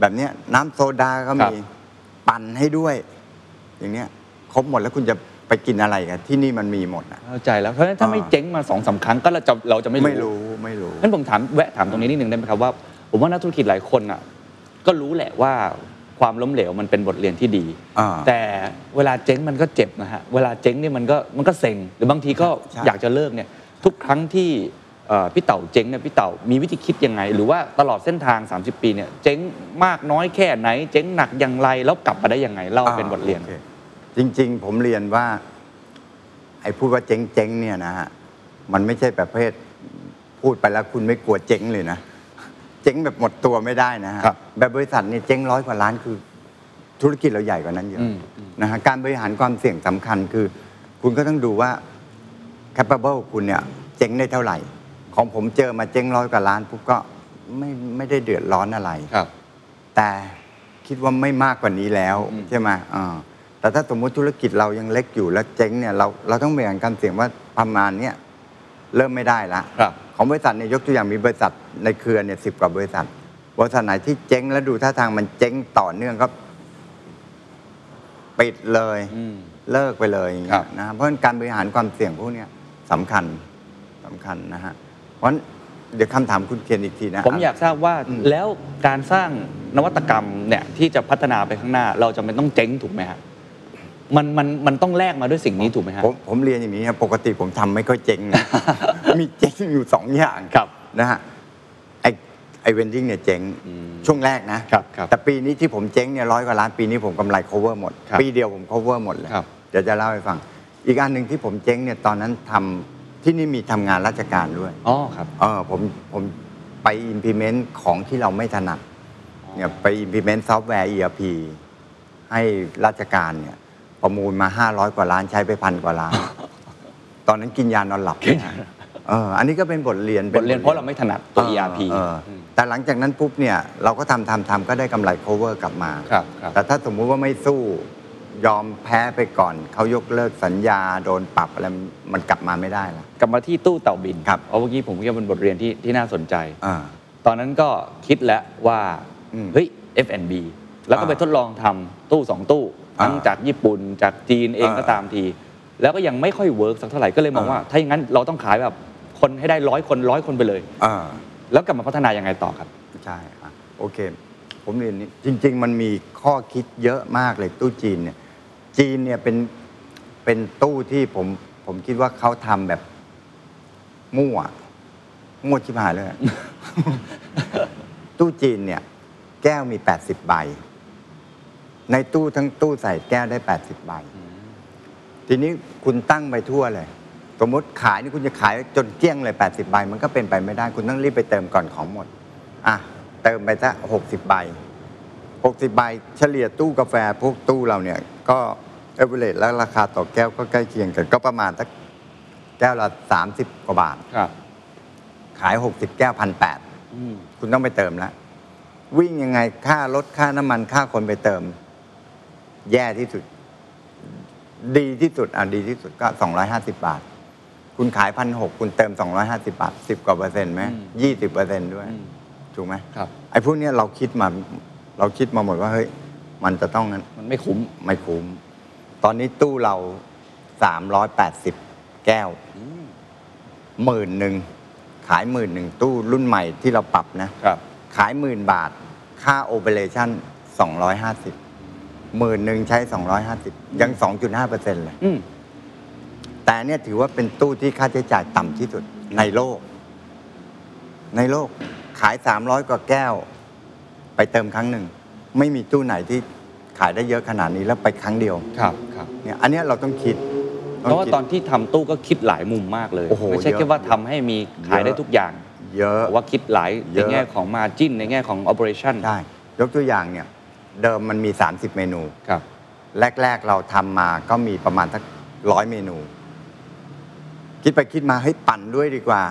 Speaker 1: แบบเนี้ยน้ำโซดาก็
Speaker 2: ครั
Speaker 1: มี
Speaker 2: บ
Speaker 1: ปั่นให้ด้วย อย่างเนี้ยครบหมดแล้วคุณจะไปกินอะไรกันที่นี่มันมีหมดนะ
Speaker 2: เข้าใจแล้วเพราะฉะนั้นถ้า
Speaker 1: อ่า
Speaker 2: ไม่เจ๊งมาสองสามครั้งก็เราจะเราจะไม่
Speaker 1: ไม่
Speaker 2: รู้
Speaker 1: รู้ไม่รู้
Speaker 2: งั้นผมถามแวะถามตรงนี้นิดนึงได้ไหมครับว่า ผมว่านักธุรกิจหลายคนอ่ะ ก็รู้แหละว่าความล้มเหลวมันเป็นบทเรียนที่ดี
Speaker 1: อ่า
Speaker 2: แต่เวลาเจ๊งมันก็เจ็บนะฮะเวลาเจ๊งเนี่ยมันก็มันก็เซ็งหรือบางทีก็
Speaker 1: ใช่
Speaker 2: อยากจะเลิกเนี่ย ทุกครั้งที่เอ่อพี่เต่าเจ๊งเนี่ยพี่เต่ามีวิธีคิดยังไง หรือว่าตลอดเส้นทาง 30 ปีเนี่ยเจ๊งมากน้อยแค่ไหน เจ๊งหนักอย่างไรแล้วกลับมาได้ยังไงเล่าเป็นบทเรียน
Speaker 1: อ่าโอคจริง ๆ ผมเรียนว่า ไอ้พูดว่าเจ๊งๆเนี่ยนะฮะมันไม่ใช่ประเภทพูดไปแล้วคุณไม่กลัวเจ๊งเลยนะ เจ๊งแบบหมดตัวไม่ได้นะฮะ
Speaker 2: ครับ
Speaker 1: แบบบริษัทเนี่ยเจ๊งร้อยกว่าล้านคือ ธุรกิจเราใหญ่กว่านั้นเยอะ
Speaker 2: อืมอืม
Speaker 1: นะฮะการบริหารความเสี่ยงสำคัญคือ คุณก็ต้องดูว่า capable คุณเนี่ย เจ๊งได้เท่าไหร่ ของผมเจอมาเจ๊งร้อยกว่าล้านปุ๊บก็ไม่ไม่ได้เดือดร้อนอะไร
Speaker 2: ครับ
Speaker 1: แต่คิดว่าไม่มากกว่านี้แล้ว
Speaker 2: อืม
Speaker 1: ใช่ไหมอ่าแต่ถ้าสมมุติธุรกิจเรายังเล็กอยู่แล้วเจ๊งเนี่ยเราเราต้องแบ่งการเสี่ยงว่าประมาณเนี้ยเริ่มไม่ได้ละ
Speaker 2: ครับ
Speaker 1: ของบริษัทเนี่ยยกตัวอย่างมีบริษัทในเครือเนี่ยสิบกว่าบริษัท บริษัทไหนที่เจ๊งแล้วดูท่าทางมันเจ๊งต่อเนื่องก็ปิดเลย
Speaker 2: อืม
Speaker 1: เลิกไปเลยอย่างเงี้ย
Speaker 2: ครับ
Speaker 1: นะฮะเพราะฉะนั้นการบริหารความเสี่ยงพวกเนี้ยสำคัญสำคัญนะฮะเพราะฉะนั้นเดี๋ยวคำถามคุณเคนอีกทีนะ
Speaker 2: ผมอยากทราบว่า
Speaker 1: อืม
Speaker 2: แล้วการสร้างนวัตกรรมเนี่ยที่จะพัฒนาไปข้างหน้า เราจะเป็นต้องเจ๊งถูกไหมฮะมันมันมันต้องแลกมาด้วยสิ่งนี้ถูกไหมฮะ
Speaker 1: ผมผมเรียนอย่างนี้นะปกติผมทำไม่ค่อยเจ๊งนะ มีเจ๊งอยู่สองอย่าง
Speaker 2: ครับ
Speaker 1: นะฮะไอไอเวนดิ้งเนี่ยเจ๊ง
Speaker 2: อืม
Speaker 1: ช่วงแรกนะครับ
Speaker 2: ครับ
Speaker 1: แต่ปีนี้ที่ผมเจ๊งเนี่ยร้อยกว่าล้านปีนี้ผมกำไร cover หมด
Speaker 2: ครับ
Speaker 1: ปีเดียวผม cover หมดเลย
Speaker 2: ครับ
Speaker 1: เดี๋ยวจะเล่าให้ฟัง อีกอันหนึ่งที่ผมเจ๊งเนี่ยตอนนั้นทำที่นี่มีทำงานราชการด้วย
Speaker 2: อ๋อครับ
Speaker 1: เออผมผมไป implement ของที่เราไม่ถนัด เนี่ยไป implement ซอฟต์แวร์ ERP ให้ราชการเนี่ย ประมูลมา 500 กว่าล้านใช้ไปพันกว่าล้าน ตอนนั้นกินยาน อนหลับเอออันนี้ก็เป็นบทเรียน
Speaker 2: บ
Speaker 1: ป็
Speaker 2: ทเรียนเพราะเราไม่ถนัดตัว
Speaker 1: เออ
Speaker 2: ERP
Speaker 1: เออแต่หลังจากนั้นปุ๊บเนี่ยเราก็ทำทำทำก็ได้กำไร cover กลับมา
Speaker 2: ครับครับ
Speaker 1: แต่ถ้าสมมุติว่าไม่สู้ยอมแพ้ไปก่อน เขายกเลิกสัญญาโดนปรับอะไรมันกลับมาไม่ได้ละ
Speaker 2: กลับมาที่ตู้เต่าบิน
Speaker 1: ครับ
Speaker 2: เพราะเมื่อกี้ผมคิดว่าเป็นบทเรียนที่ที่น่าสนใจ
Speaker 1: อ่า
Speaker 2: ตอนนั้นก็คิดแล้วว่า
Speaker 1: อืม
Speaker 2: เฮ้ย F&B แล้วก็ไป
Speaker 1: อ่า
Speaker 2: ทดลองทำตู้สองตู้
Speaker 1: อ่า
Speaker 2: ทั้งจากญี่ปุ่นจากจีนเอง
Speaker 1: อ่า
Speaker 2: ก็ตามที แล้วก็ยังไม่ค่อยเวิร์กสักเท่าไหร่ก็เลยมอง
Speaker 1: อ่า
Speaker 2: ว่า ถ้าอย่างนั้นเราต้องขายแบบคนให้ได้ร้อยคนร้อยคนไปเลย
Speaker 1: อ่า
Speaker 2: แล้วกลับมาพัฒนายังไงต่อครับ
Speaker 1: ใช่อ่ะโอเค ผมเรียนนี้จริง ๆ มันมีข้อคิดเยอะมากเลยตู้จีนเนี่ย จีนเนี่ยเป็นเป็นตู้ที่ผมผมคิดว่าเขาทำแบบมั่วมั่วชิบหายเลยอะ ตู้จีนเนี่ย แก้วมี 80 ใบ ในตู้ทั้งตู้ใส่แก้วได้ 80 ใบ ทีนี้คุณตั้งไปทั่วเลย สมมติขายนี่คุณจะขายจนเกลี้ยงเลย 80 ใบ มันก็เป็นไปไม่ได้ คุณต้องรีบไปเติมก่อนของหมด อ่ะ เติมไปซะ60 ใบ 60 ใบ เฉลี่ยตู้กาแฟพวกตู้เราเนี่ย ก็เอเวอเรแล้วราคาต่อแก้วก็ใกล้เคียงกัน ก็ประมาณสักแก้วละ 30 กว่าบาท
Speaker 2: ครับ
Speaker 1: ขาย 60 แก้วพันแปด คุณต้องไปเติมแล้ววิ่งยังไงค่ารถค่าน้ำมันค่าคนไปเติม แย่ที่สุด ดีที่สุดอ่ะดีที่สุดก็ 250 บาท คุณขายพันหกคุณเติม 250 บาท 10 กว่าเปอร์เซ็นต์ไหมยี่สิบเปอร์เซ็นต์ด้วย ถูกไหม
Speaker 2: ครับ
Speaker 1: ไอ้พวกเนี้ยเราคิดมา เราคิดมาหมดว่าเฮ้ย มันจะต้องงั้น
Speaker 2: มันไม่คุ้ม
Speaker 1: ไม่คุ้ม ตอนนี้ตู้เรา 380 แก้วหมื่นหนึ่งขายหมื่นหนึ่งตู้รุ่นใหม่ที่เราปรับนะ
Speaker 2: ครับ
Speaker 1: ขายหมื่นบาท ค่าโอเปอเรชั่น250หมื่นหนึ่งใช้ 250 ยัง 2.5เปอร์เซ็นต์เลย
Speaker 2: อืม
Speaker 1: แต่เนี่ยถือว่าเป็นตู้ที่ค่าใช้จ่ายต่ำที่สุดในโลก ในโลกขาย 300 กว่าแก้ว ไปเติมครั้งหนึ่ง ไม่มีตู้ไหนที่ขายได้เยอะขนาดนี้แล้วไปครั้งเดียว
Speaker 2: ครับครับ
Speaker 1: เนี่ยอันเนี้ยเราต้องคิด
Speaker 2: เพราะว่า
Speaker 1: คิด
Speaker 2: ตอนที่ทำตู้ก็คิดหลายมุมมากเลย
Speaker 1: โอ้โห
Speaker 2: ไม่ใช่
Speaker 1: เยอะ
Speaker 2: แค่ว่าทำให้มีขายได้
Speaker 1: เยอะ
Speaker 2: ทุกอย่าง
Speaker 1: เยอะ
Speaker 2: แต่ว่าคิดหลาย
Speaker 1: เย
Speaker 2: ใน
Speaker 1: อะ
Speaker 2: แง่ของมาจิ n นในแง่ของ operation
Speaker 1: ได้ ยกตัวอย่างเนี่ย เดิมมันมี 30 เมนู
Speaker 2: ครับ
Speaker 1: แรก ๆ เราทำมาก็มีประมาณสักร้อยเมนู คิดไปคิดมาให้ยปั่นด้วยดีกว่า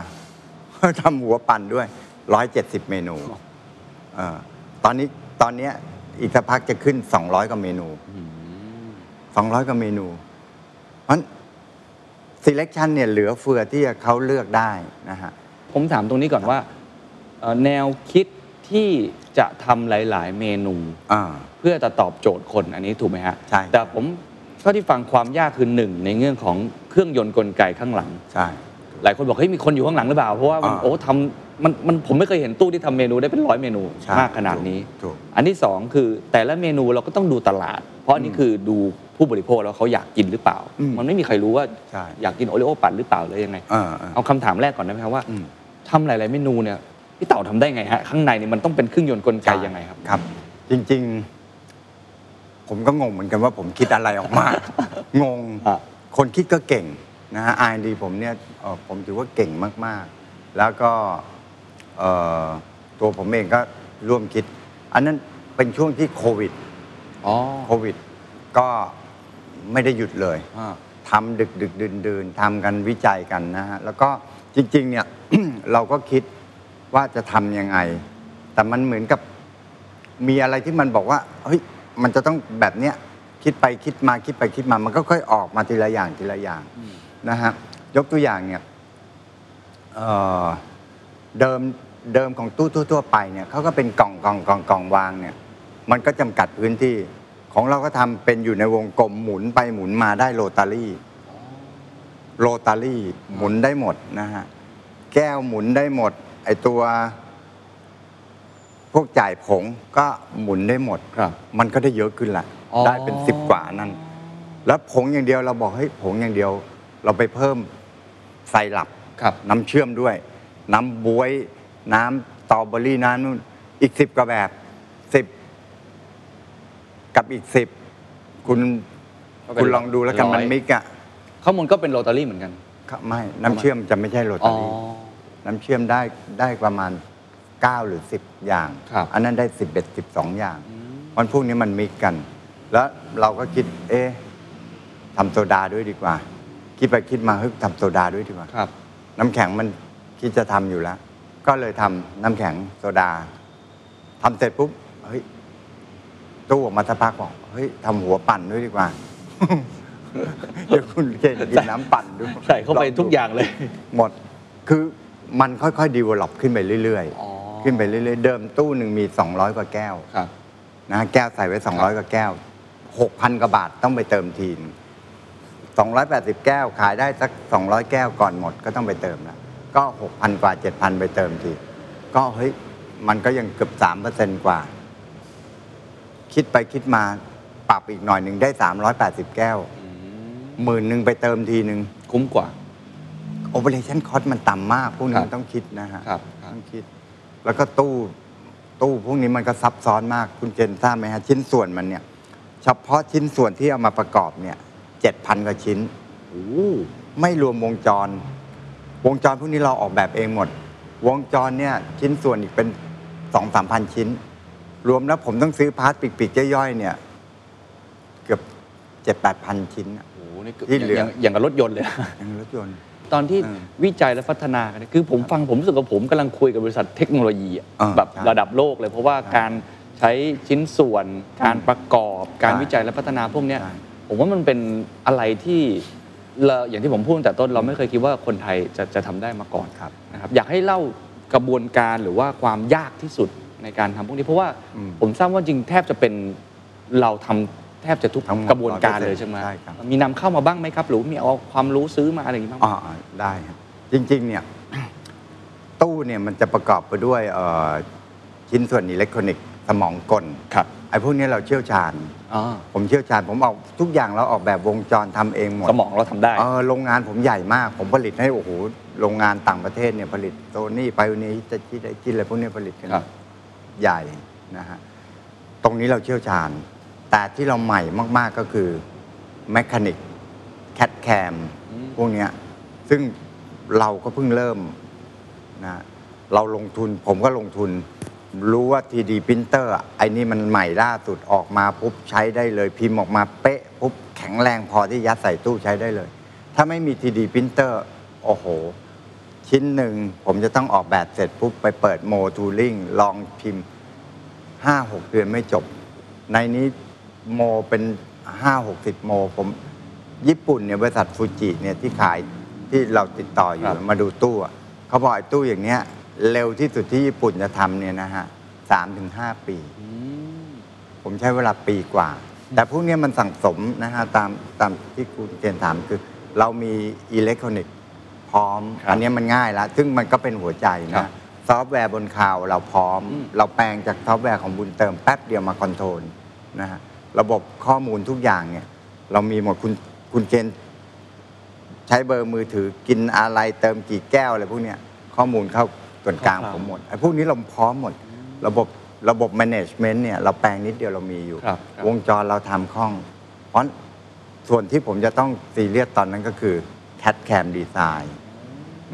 Speaker 1: ทำหัวปั่นด้วยร้อยเจ็ดสิบเมนูเออตอนนี้ตอนเนี้ยอีกสักพักจะขึ้นสองร้อยกว่าเมนูสองร้อยกว่าเมนู เพราะ selection เนี่ยเหลือเฟือที่จะเขาเลือกได้นะฮะ
Speaker 2: ผมถามตรงนี้ก่อนว่าเอ่อแนวคิดที่จะทำหลาย ๆ เมนู
Speaker 1: อ่า
Speaker 2: เพื่อจะตอบโจทย์คนอันนี้ถูกไหมฮะ
Speaker 1: ใช่
Speaker 2: แต่ผมเท่าที่ฟังความยากคือหนึ่งในเรื่องของเครื่องยนต์กลไกข้างหลัง
Speaker 1: ใช่
Speaker 2: หลายคนบอกเฮ้ยมีคนอยู่ข้างหลังหรือเปล่าเพราะว่ามัน
Speaker 1: อ่า
Speaker 2: โอ้ทำมันมันผมไม่เคยเห็นตู้ที่ทำเมนูได้เป็นร้อยเมนู
Speaker 1: ใช่
Speaker 2: มากขนาดนี้
Speaker 1: ถูก
Speaker 2: อันที่สองคือแต่ละเมนูเราก็ต้องดูตลาด เพราะอันนี้คือดูผู้บริโภคแล้วเขาอยากกินหรือเปล่า
Speaker 1: อืม
Speaker 2: มันไม่มีใครรู้ว่า
Speaker 1: ใช่
Speaker 2: อยากกินโอริโอปั่นหรือเปล่าเลยยังไง
Speaker 1: ถูกอ่าอ่า
Speaker 2: เอาคำถามแรกก่อนได้ไหมครับว่า
Speaker 1: อืม
Speaker 2: ทำหลาย ๆ เมนูเนี่ยพี่เต่าทำได้ไงฮะข้างในเนี่ยมันต้องเป็นเครื่องยนต์กลไกยังไงครับ
Speaker 1: ครับ จริงๆ ผมก็งงเหมือนกันว่าผมคิดอะไรอ อกมา งง
Speaker 2: อ่ะ
Speaker 1: คนคิดก็เก่งนะฮะ R&D ผมเนี่ยเอ่อผมถือว่าเก่งมากๆ แล้วก็เอ่อตัวผมเองก็ร่วมคิด อันนั้นเป็นช่วงที่โควิด
Speaker 2: อ๋อ
Speaker 1: โควิด ก็ไม่ได้หยุดเลย
Speaker 2: อ่า
Speaker 1: ทำดึกดึกดื่นดื่นทำกันวิจัยกันนะฮะ แล้วก็จริง ๆ เนี่ย เราก็คิดว่าจะทำยังไง แต่มันเหมือนกับมีอะไรที่มันบอกว่าเฮ้ยมันจะต้องแบบเนี้ยคิดไปคิดมาคิดไปคิดมา มันก็ค่อยออกมาทีละอย่างทีละอย่างนะฮะยกตัวอย่างเนี่ยเอ่อเดิมเดิมของตู้ทั่วๆไปเนี่ยเขาก็เป็นกล่องกล่องกล่องกล่องวางเนี่ย มันก็จำกัดพื้นที่ของเราก็ทำเป็นอยู่ในวงกลมหมุนไปหมุนมาได้โรตารี่ โรตารี่หมุนได้หมดนะฮะ แก้วหมุนได้หมด ไอตัว พวกจ่ายผงก็หมุนได้หมด
Speaker 2: ครับ
Speaker 1: มันก็ได้เยอะขึ้นละ
Speaker 2: อ๋อ
Speaker 1: ได้เป็นสิบกว่านั่น แล้วผงอย่างเดียวเราบอกเฮ้ยผงอย่างเดียว เราไปเพิ่มไซรัป
Speaker 2: ครับ
Speaker 1: น้ำเชื่อมด้วย น้ำบวย น้ำสตรอเบอรี่น้ำนู่นอีกสิบกว่าแบบสิบกับอีกสิบคุณ
Speaker 2: ก็เป็น
Speaker 1: คุณลองดูแล้วกัน
Speaker 2: ร้อย
Speaker 1: มันมิกอะ
Speaker 2: ข้อมูลก็เป็นโรตารี่เหมือนกัน
Speaker 1: ครับไม่ น้ำเชื่อมจะไม่ใช่โร
Speaker 2: อ๋
Speaker 1: ตา
Speaker 2: อ
Speaker 1: รี่น้ำเชื่อมได้ได้ประมาณ 9 หรือ 10 อย่าง
Speaker 2: ครับ
Speaker 1: อันนั้นได้ 11 12 อย่าง มันพวกนี้มันมิกกัน แล้วเราก็คิด เอ๊ะทำโซดาด้วยดีกว่า คิดไปคิดมาเฮ้ยทำโซดาด้วยดีกว่า
Speaker 2: ครับ
Speaker 1: น้ำแข็งมันคิดจะทำอยู่แล้ว ก็เลยทำน้ำแข็งโซดาทำเสร็จปุ๊บเฮ้ยตู้ออกมาสักพักบอกเฮ้ยทำหัวปั่นด้วยดีกว่า เดี๋ยวคุณเคนกินน้ำปั่นด้วย
Speaker 2: ใส่เข้าไปทุกอย่างเลย
Speaker 1: หมด คือมันค่อยๆดีวลลอปขึ้นไปเรื่อย
Speaker 2: อ๋อ
Speaker 1: ๆ ขึ้นไปเรื่อยๆ เดิมตู้หนึ่งมี 200 กว่าแก้ว
Speaker 2: ครับ
Speaker 1: นะฮะแก้วใส่ไว้ 200 กว่าแก้ว 6,000 กว่าบาทต้องไปเติมทีน280 แก้วขายได้สัก 200 แก้วก่อนหมดก็ต้องไปเติมนะก็ 6,000 กว่า 7,000 ไปเติมที ก็เฮ้ย มันก็ยังเกือบ3%กว่า คิดไปคิดมาปรับอีกหน่อยหนึ่งได้ 380 แก้วหมื่นหนึ่งไปเติมทีหนึ่ง
Speaker 2: คุ้มกว่า
Speaker 1: โอเปอเรชั่นคอสมันต่ำมาก พวกนี้
Speaker 2: ครับ
Speaker 1: มันต้องคิดนะฮะ
Speaker 2: ครับครับ
Speaker 1: ต้องคิด แล้วก็ตู้ตู้พวกนี้มันก็ซับซ้อนมากคุณเจนทราบไหมฮะ ชิ้นส่วนมันเนี่ย เฉพาะชิ้นส่วนที่เอามาประกอบเนี่ยเจ็ดพันกว่าชิ้น ไม่รวมวงจร วงจรพวกนี้เราออกแบบเองหมด วงจรเนี่ยชิ้นส่วนอีกเป็นสองสามพันชิ้น รวมแล้วผมต้องซื้อพาร์ทปีกๆย่อยๆเนี่ย เกือบเจ็ดแปดพันชิ้นอะ
Speaker 2: โอ้โหนี่ก็
Speaker 1: ที่เหลืออ
Speaker 2: ย่างอย่างกับรถยนต์เลย
Speaker 1: ยังรถยนต์
Speaker 2: ตอนที่
Speaker 1: อืม
Speaker 2: วิจัยและพัฒนากันเนี่ยคือผมฟังผมรู้สึกว่าผมกำลังคุยกับบริษัทเทคโนโลยีอะ
Speaker 1: อ่า
Speaker 2: แบบ
Speaker 1: ใช่
Speaker 2: ระดับโลกเลย เพราะว่าการใช้ชิ้นส่วน การประกอบ การ
Speaker 1: ใช่
Speaker 2: วิจัยและพัฒนาพวกเนี้ย
Speaker 1: ใช่
Speaker 2: ผมว่ามันเป็นอะไรที่เราอย่างที่ผมพูดตั้งแต่ต้นเราไม่เคยคิดว่าคนไทยจะจะทำได้มาก่อน
Speaker 1: ครับ
Speaker 2: นะครับอยากให้เล่ากระบวนการหรือว่าความยากที่สุดในการทำพวกนี้ เพราะว่า
Speaker 1: อืม
Speaker 2: ผมทราบว่าจริงแทบจะเป็นเราทำแทบจะทุก
Speaker 1: ทั้งหมด
Speaker 2: กระบวนการเลย
Speaker 1: 100%
Speaker 2: ใช่ไหม
Speaker 1: ใช่ครับ
Speaker 2: มีนำเข้ามาบ้างไหมครับ หรือมีเอาความรู้ซื้อมาอะไรอย่างนี้บ้างไหม
Speaker 1: อ่าอ่าได้ครับจริง ๆ เนี่ย ตู้เนี่ยมันจะประกอบไปด้วยเอ่อชิ้นส่วนอิเล็กทรอนิกส์สมองกล
Speaker 2: ครับ
Speaker 1: ไอ้พวกนี้เราเชี่ยวชาญ
Speaker 2: อ่า
Speaker 1: ผมเชี่ยวชาญ ผมเอาทุกอย่างเราออกแบบวงจรทำเองหมด
Speaker 2: สมองเราทำได้
Speaker 1: เออโรงงานผมใหญ่มาก ผมผลิตให้โอ้โหโรงงานต่างประเทศเนี่ยผลิตโตนี่ไปนี้จะคิดอะไรคิดอะไรพวกเนี้ยผลิตกัน
Speaker 2: ครับ
Speaker 1: ใหญ่นะฮะตรงนี้เราเชี่ยวชาญ แต่ที่เราใหม่มาก ๆก็คือแมคานิกแคดแคมพวกเนี้ยซึ่งเราก็เพิ่งเริ่มนะฮะเราลงทุนผมก็ลงทุน รู้ว่า 3D Printer อะไอ้นี่มันใหม่ล่าสุดออกมาปุ๊บใช้ได้เลย พิมพ์ออกมาเป๊ะปุ๊บแข็งแรงพอที่ยัดใส่ตู้ใช้ได้เลย ถ้าไม่มี 3D Printer โอ้โห ชิ้นหนึ่งผมจะต้องออกแบบเสร็จปุ๊บ ไปเปิดโมทูลิงลองพิมพ์ห้าหกเดือนไม่จบ ในนี้โมเป็นห้าหกสิบโม ผมญี่ปุ่นเนี่ยบริษัทฟูจิเนี่ยที่ขายที่เราติดต่ออยู่
Speaker 2: ครับ
Speaker 1: มาดูตู้อะเขาบอกไอ้ตู้อย่างเนี้ย เร็วที่สุดที่ญี่ปุ่นจะทำเนี่ยนะฮะสามถึงห้าปี ผมใช้เวลาปีกว่า แต่พวกเนี้ยมันสั่งสมนะฮะ ตามตามที่คุณเจนถามคือ เรามีอิเล็กทรอนิกส์พร้อม
Speaker 2: ครับ
Speaker 1: อันเนี้ยมันง่ายแล้ว ซึ่งมันก็เป็นหัวใจ
Speaker 2: ครั
Speaker 1: นะ
Speaker 2: บ
Speaker 1: ซอฟต์แวร์บนข่าวเราพร้อม
Speaker 2: อืม
Speaker 1: เราแปลงจากซอฟต์แวร์ของบุญเติมแป๊บเดียวมาคอนโทรลนะฮะ ระบบข้อมูลทุกอย่างเนี่ย เรามีหมดคุณคุณเจน ใช้เบอร์มือถือกินอะไรเติมกี่แก้วอะไรพวกเนี้ยข้อมูลเข้าส่วนกลาง
Speaker 2: ครับ
Speaker 1: ผมหมดไอ้พวกนี้เราพร้อมหมด ระบบระบบ management เนี่ยเราแปลงนิดเดียวเรามีอยู่
Speaker 2: ครับครับ
Speaker 1: วงจรเราทำคล่องเพราะส่วนที่ผมจะต้องซีเรียสตอนนั้นก็คือ CAD CAM design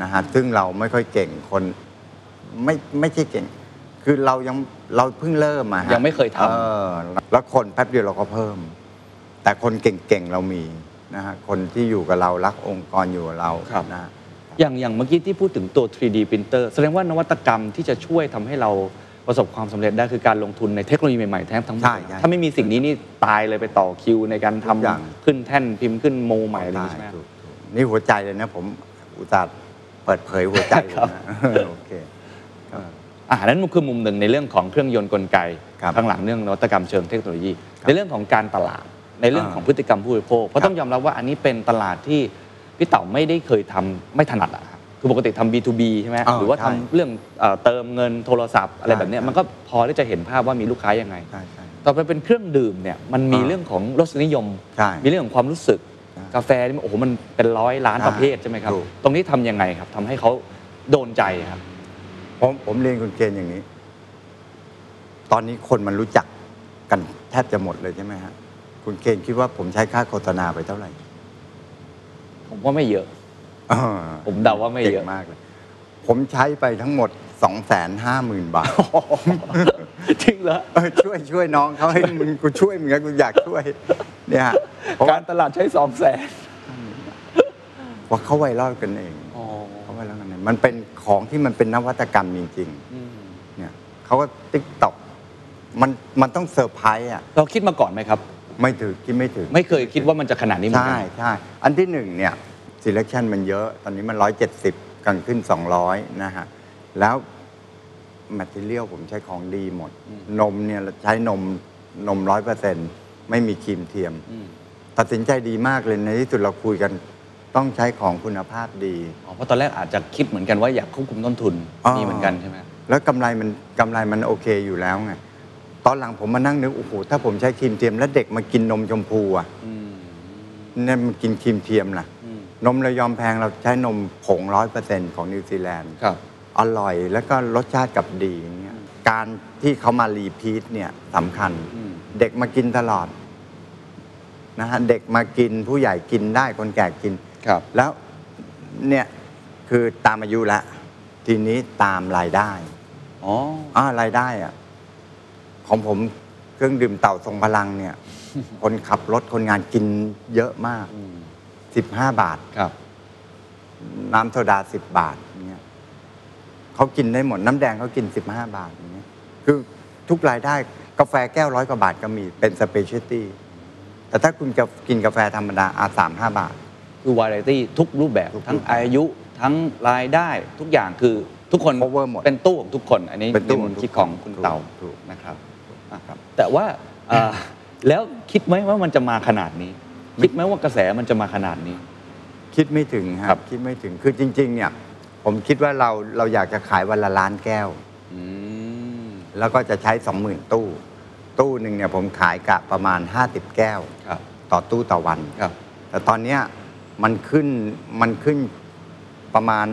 Speaker 1: นะฮะซึ่งเราไม่ค่อยเก่งคนไม่ไม่ใช่เก่ง คือเรายังเราเพิ่งเริ่มมาฮะ
Speaker 2: ยังไม่เคยทำ
Speaker 1: เออแล้วคนแป๊บเดียวเราก็เพิ่ม แต่คนเก่งๆเรามีนะฮะคนที่อยู่กับเรารักองค์กรอยู่กับเรา
Speaker 2: ครับ
Speaker 1: นะฮะ
Speaker 2: อย่างอย่างเมื่อกี้ที่พูดถึงตัว 3D printer แสดงว่านวัตกรรมที่จะช่วยทำให้เราประสบความสำเร็จได้คือการลงทุนในเทคโนโลยีใหม่ๆแทบทั้งหมด
Speaker 1: ใช่
Speaker 2: เลยนะ
Speaker 1: ใช่
Speaker 2: ถ้าไม่มีสิ่งนี้นี่ตายเลยไปต่อคิวในการ
Speaker 1: ทุ
Speaker 2: ทำ
Speaker 1: กอย่าง
Speaker 2: ขึ้นแท่นพิมพ์ขึ้นโมใหม่อะไรอย่างงี้ใช่ไหม
Speaker 1: ถูกถูกนี่หัวใจเลยนะผมอุตส่าห์เปิดเผยหัวใจผมนะโอเค
Speaker 2: อ่านั้นมันคือมุมหนึ่งในเรื่องของเครื่องยนต์กลไก
Speaker 1: ครับ
Speaker 2: ข้างหลังเรื่องนวัตกรรมเชิงเทคโนโลยี ในเรื่องของการตลาด ในเรื่อง
Speaker 1: อ่า
Speaker 2: ของพฤติกรรมผู้บริโภคเพราะ
Speaker 1: ครับ
Speaker 2: ต้องยอมรับว่าอันนี้เป็นตลาดที่พี่เต๋าไม่ได้เคยทำไม่ถนัดอะครับคือปกติทำ B2B ใช่ไหม
Speaker 1: อ่า
Speaker 2: หรือว่า
Speaker 1: ใช่
Speaker 2: ทำเรื่องเอ่อเติมเงินโทรศัพท์อะไร
Speaker 1: ใช่
Speaker 2: แบบเนี้ย
Speaker 1: ใช่
Speaker 2: มันก็พอที่จะเห็นภาพว่ามีลูกค้ายังไง
Speaker 1: ใช่ใช่
Speaker 2: ต่อไปเป็นเครื่องดื่มเนี่ยมันมี
Speaker 1: อ่า
Speaker 2: เรื่องของรสนิยม
Speaker 1: ใช่
Speaker 2: มีเรื่องของความรู้สึก
Speaker 1: ใช่
Speaker 2: กาแฟนี่มันโอ้โหมันเป็นร้อยล้าน
Speaker 1: ใช่
Speaker 2: ประเภทใช่ไหมครับ
Speaker 1: ถูก
Speaker 2: ตรงนี้ทำยังไงครับทำให้เขาโดนใจครับ
Speaker 1: ผมผมเรียนคุณเกณฑ์อย่างนี้ ตอนนี้คนมันรู้จักกันแทบจะหมดเลยใช่ไหมฮะ คุณเกณฑ์คิดว่าผมใช้ค่าโฆษณาไปเท่าไหร่
Speaker 2: ผมว่าไม่เยอะ
Speaker 1: อ่า
Speaker 2: ผมเดาว่าไม่เยอะ
Speaker 1: ก่งมากเลย ผมใช้ไปทั้งหมด 2 5 0 0 0 0 บาท
Speaker 2: จริงเหรอ
Speaker 1: เออช่วยช่วยน้องเขาให้มึงกูช่วยมึงนะกูอยากช่วย เนี่ยฮะเพราะ
Speaker 2: กา
Speaker 1: ว่าร
Speaker 2: ตลาดใช้สองแสน
Speaker 1: ว่าเขาไวรัลกันเอง
Speaker 2: อ๋อ
Speaker 1: เขาไวรัลกันเองมันเป็นของที่มันเป็นนวัตกรรมจริง
Speaker 2: อืม
Speaker 1: ๆเนี่ยเขาก็ติ๊กต็อกมันมันต้องเซอร์ไพรส์อ่ะ
Speaker 2: เราคิดมาก่อนไหมครับ
Speaker 1: ไม่ถึงคิดไม่ถึง
Speaker 2: ไม่เคยคิดว่ามันจะขนาดนี้เหมือน
Speaker 1: ใช่
Speaker 2: กัน
Speaker 1: ใช่ อันที่หนึ่งเนี่ย selection มันเยอะ ตอนนี้มัน 170กลางขึ้น 200 นะฮะ แล้ว material ผมใช้ของดีหมด
Speaker 2: อืม
Speaker 1: นมเนี่ยใช้นมนมร้อยเปอร์เซ็นไม่มีครีมเทียม
Speaker 2: อืม
Speaker 1: ตัดสินใจดีมากเลย ในที่สุดเราคุยกันต้องใช้ของคุณภาพดี
Speaker 2: อ๋อเพราะตอนแรกอาจจะคิดเหมือนกันว่าอยากควบคุมต้นทุน
Speaker 1: อ๋อ
Speaker 2: มีเหมือนกันใช่ไหม
Speaker 1: แล้วกำไรมันกำไรมันโอเคอยู่แล้วไง ตอนหลังผมมานั่งนึก โอ้โห ถ้าผมใช้ครีมเทียม แล้วเด็กมากินนมชมพูอ่ะ
Speaker 2: อืม
Speaker 1: เนี่ยมันกินครีมเทียมล่ะ
Speaker 2: อืม
Speaker 1: นมเรายอมแพงเราใช้นมผงร้อยเปอร์เซ็นของนิวซีแลนด์
Speaker 2: ครับ
Speaker 1: อร่อยแล้วก็รสชาติกับดีอย่างเงี้ยการที่เขามารีพีทเนี่ยสำคัญ
Speaker 2: อืม
Speaker 1: เด็กมากินตลอดนะฮะเด็กมากินผู้ใหญ่กินได้คนแก่กิน
Speaker 2: ครับ
Speaker 1: แล้วเนี่ยคือตามอายุละทีนี้ตามรายได้
Speaker 2: อ๋อ
Speaker 1: อ่ารายได้อะของผมเครื่องดื่มเต่าทรงพลัง เนี่ย คนขับรถคนงานกินเยอะมาก
Speaker 2: อืม
Speaker 1: 15 บาท
Speaker 2: ครับ
Speaker 1: น้ำโซดาสิบบาทอย่างเงี้ยเขากินได้หมดน้ำแดงเขากินสิบห้าบาทอย่างเงี้ยคือทุกรายได้กาแฟแก้วร้อยกว่าบาทก็มีเป็นสเปเชียลตี้แต่ถ้าคุณจะกินกาแฟธรรมดาอาสามห้าบาท
Speaker 2: คือวาไรตี้ทุกรูปแบบ
Speaker 1: ทุกรูปแบบ
Speaker 2: ทั้งอายุทั้งรายได้ทุกอย่างคือทุกคน
Speaker 1: Cover หมด
Speaker 2: เป็นตู้ของทุกคนอันนี้
Speaker 1: เป็นตู้
Speaker 2: ในมุ
Speaker 1: ของ
Speaker 2: ม
Speaker 1: ทุก
Speaker 2: คิดของ
Speaker 1: คน
Speaker 2: คุณ
Speaker 1: ถูก
Speaker 2: เต่า
Speaker 1: ถูก
Speaker 2: นะครับอ่ะครับ แต่ว่า เอ่อแล้วคิดไหมว่ามันจะมาขนาดนี้ คิดไหมว่ากระแสมันจะมาขนาดนี้
Speaker 1: คิดไม่ถึงค
Speaker 2: ครั
Speaker 1: รับ บคิดไม่ถึงคือจริง ๆ เนี่ย ผมคิดว่าเราเราอยากจะขายวันละล้านแก้ว
Speaker 2: อืม
Speaker 1: แล้วก็จะใช้สองหมื่นตู้ ตู้หนึ่งเนี่ยผมขายกะประมาณห้าสิบแก้ว
Speaker 2: ครับ
Speaker 1: ต่อตู้ต่อวัน
Speaker 2: ครับ
Speaker 1: แต่ตอนเนี้ยมันขึ้นมันขึ้นประมาณ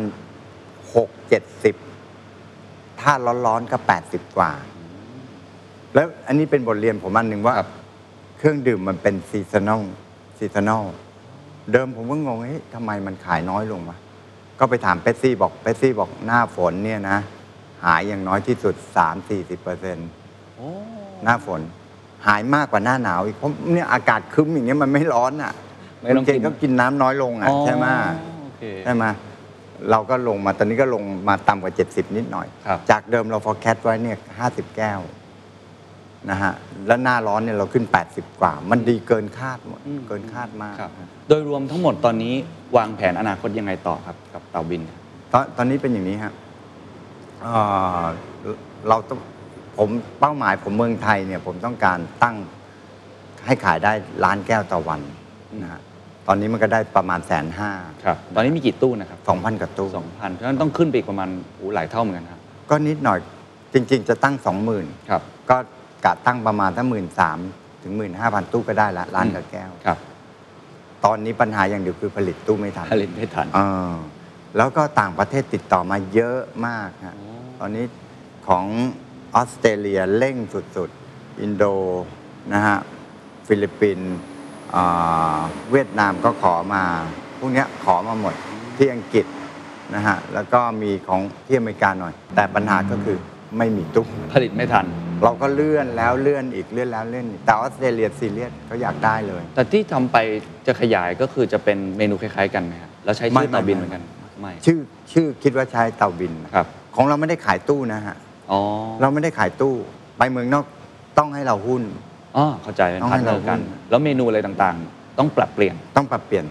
Speaker 1: 6 70 ถ้าร้อนๆก็ 80 กว่า แล้วอันนี้เป็นบทเรียนผมอันหนึ่งว่า เครื่องดื่มมันเป็นซีซันอลซีซันอลเดิมผมก็งงเฮ้ยทำไมมันขายน้อยลงวะก็ไปถามเปปซี่บอกเปปซี่บอกหน้าฝนเนี่ยนะ หายอย่างน้อยที่สุด 3-40%เปอร์เซ็นต์
Speaker 2: โอ้
Speaker 1: หน้าฝนหายมากกว่าหน้าหนาวอีกเพราะเนี่ยอากาศครึ้มอย่างเงี้ยมันไม่ร้อนอ่ะ
Speaker 2: ไม่ต้อง
Speaker 1: ค
Speaker 2: กิน
Speaker 1: นก็กินน้ำน้อยลงอ่ะ
Speaker 2: อ๋อ
Speaker 1: ใช่ไหม
Speaker 2: โอเค
Speaker 1: ใช่ไหมเราก็ลงมาตอนนี้ก็ลงมาต่ำกว่า 70 นิดหน่อย
Speaker 2: ครับ
Speaker 1: จากเดิมเรา forecast ไว้เนี่ย50 แก้วนะฮะแล้วหน้าร้อนเนี่ยเราขึ้น 80 กว่า มันดีเกินคาดหมด
Speaker 2: อืม
Speaker 1: เกินคาดมาก
Speaker 2: ครับโดยรวมทั้งหมดตอนนี้วางแผนอนาคตยังไงต่อครับกับเต่าบินเนี่ย
Speaker 1: ตอนตอนนี้เป็นอย่างนี้ฮะเอ่อเราต้องผมเป้าหมายผมเมืองไทยเนี่ย ผมต้องการตั้งให้ขายได้ล้านแก้วต่อวันนะฮะตอนนี้มันก็ได้ประมาณแสนห้า
Speaker 2: ครับตอนนี้มีกี่ตู้นะครับ
Speaker 1: สองพันกว่าตู้
Speaker 2: สองพันเพราะฉะนั้นต้องขึ้นไปอีกประมาณโอ้โหหลายเท่าเหมือนกันครับ
Speaker 1: ก็นิดหน่อยจริง ๆ จะตั้งสองหมื่น
Speaker 2: ครับ
Speaker 1: ก็กะตั้งประมาณถ้าหมื่นสามถึงหมื่นห้าพันตู้ก็ได้ละล้านกว่าแก้ว
Speaker 2: ครับ
Speaker 1: ตอนนี้ปัญหาอย่างเดียวคือผลิตตู้ไม่ทัน
Speaker 2: ผลิตไม่ทัน
Speaker 1: อ่าแล้วก็ต่างประเทศติดต่อมาเยอะมากฮะ
Speaker 2: อ๋อ
Speaker 1: ตอนนี้ของออสเตรเลียเร่งสุดๆ อินโดนะฮะฟิลิปปินส์อ่าเวียดนามก็ขอมา พวกเนี้ยขอมาหมดที่อังกฤษนะฮะแล้วก็มีของที่อเมริกาหน่อย แต่ปัญหาก็คือไม่มีตุ้ม
Speaker 2: ผลิตไม่ทัน
Speaker 1: เราก็เลื่อนแล้วเลื่อนอีกเลื่อนแล้วเลื่อนอีกแต่ออสเตรเลียซีเรียสเขาอยากได้เลย
Speaker 2: แต่ที่ทำไปจะขยายก็คือจะเป็นเมนูคล้ายๆกันไหมครับแล้วใช้ชื่อเต่าบินเหมือนกันไม่
Speaker 1: ชื่อชื่อคิดว่าใช้เตาบินนะครับ ของเราไม่ได้ขายตู้นะฮะ
Speaker 2: อ๋อ
Speaker 1: เราไม่ได้ขายตู้ไปเมืองนอกต้องให้เราหุ้น
Speaker 2: อ๋อเข้าใจเป็น
Speaker 1: ต้อง
Speaker 2: พั
Speaker 1: ให้
Speaker 2: นเนอร์กัน
Speaker 1: เราหุ้น
Speaker 2: แล้วเมนูอะไรต่างๆ ต้องปรับเปลี่ยน
Speaker 1: ต้องปรับเปลี่ยน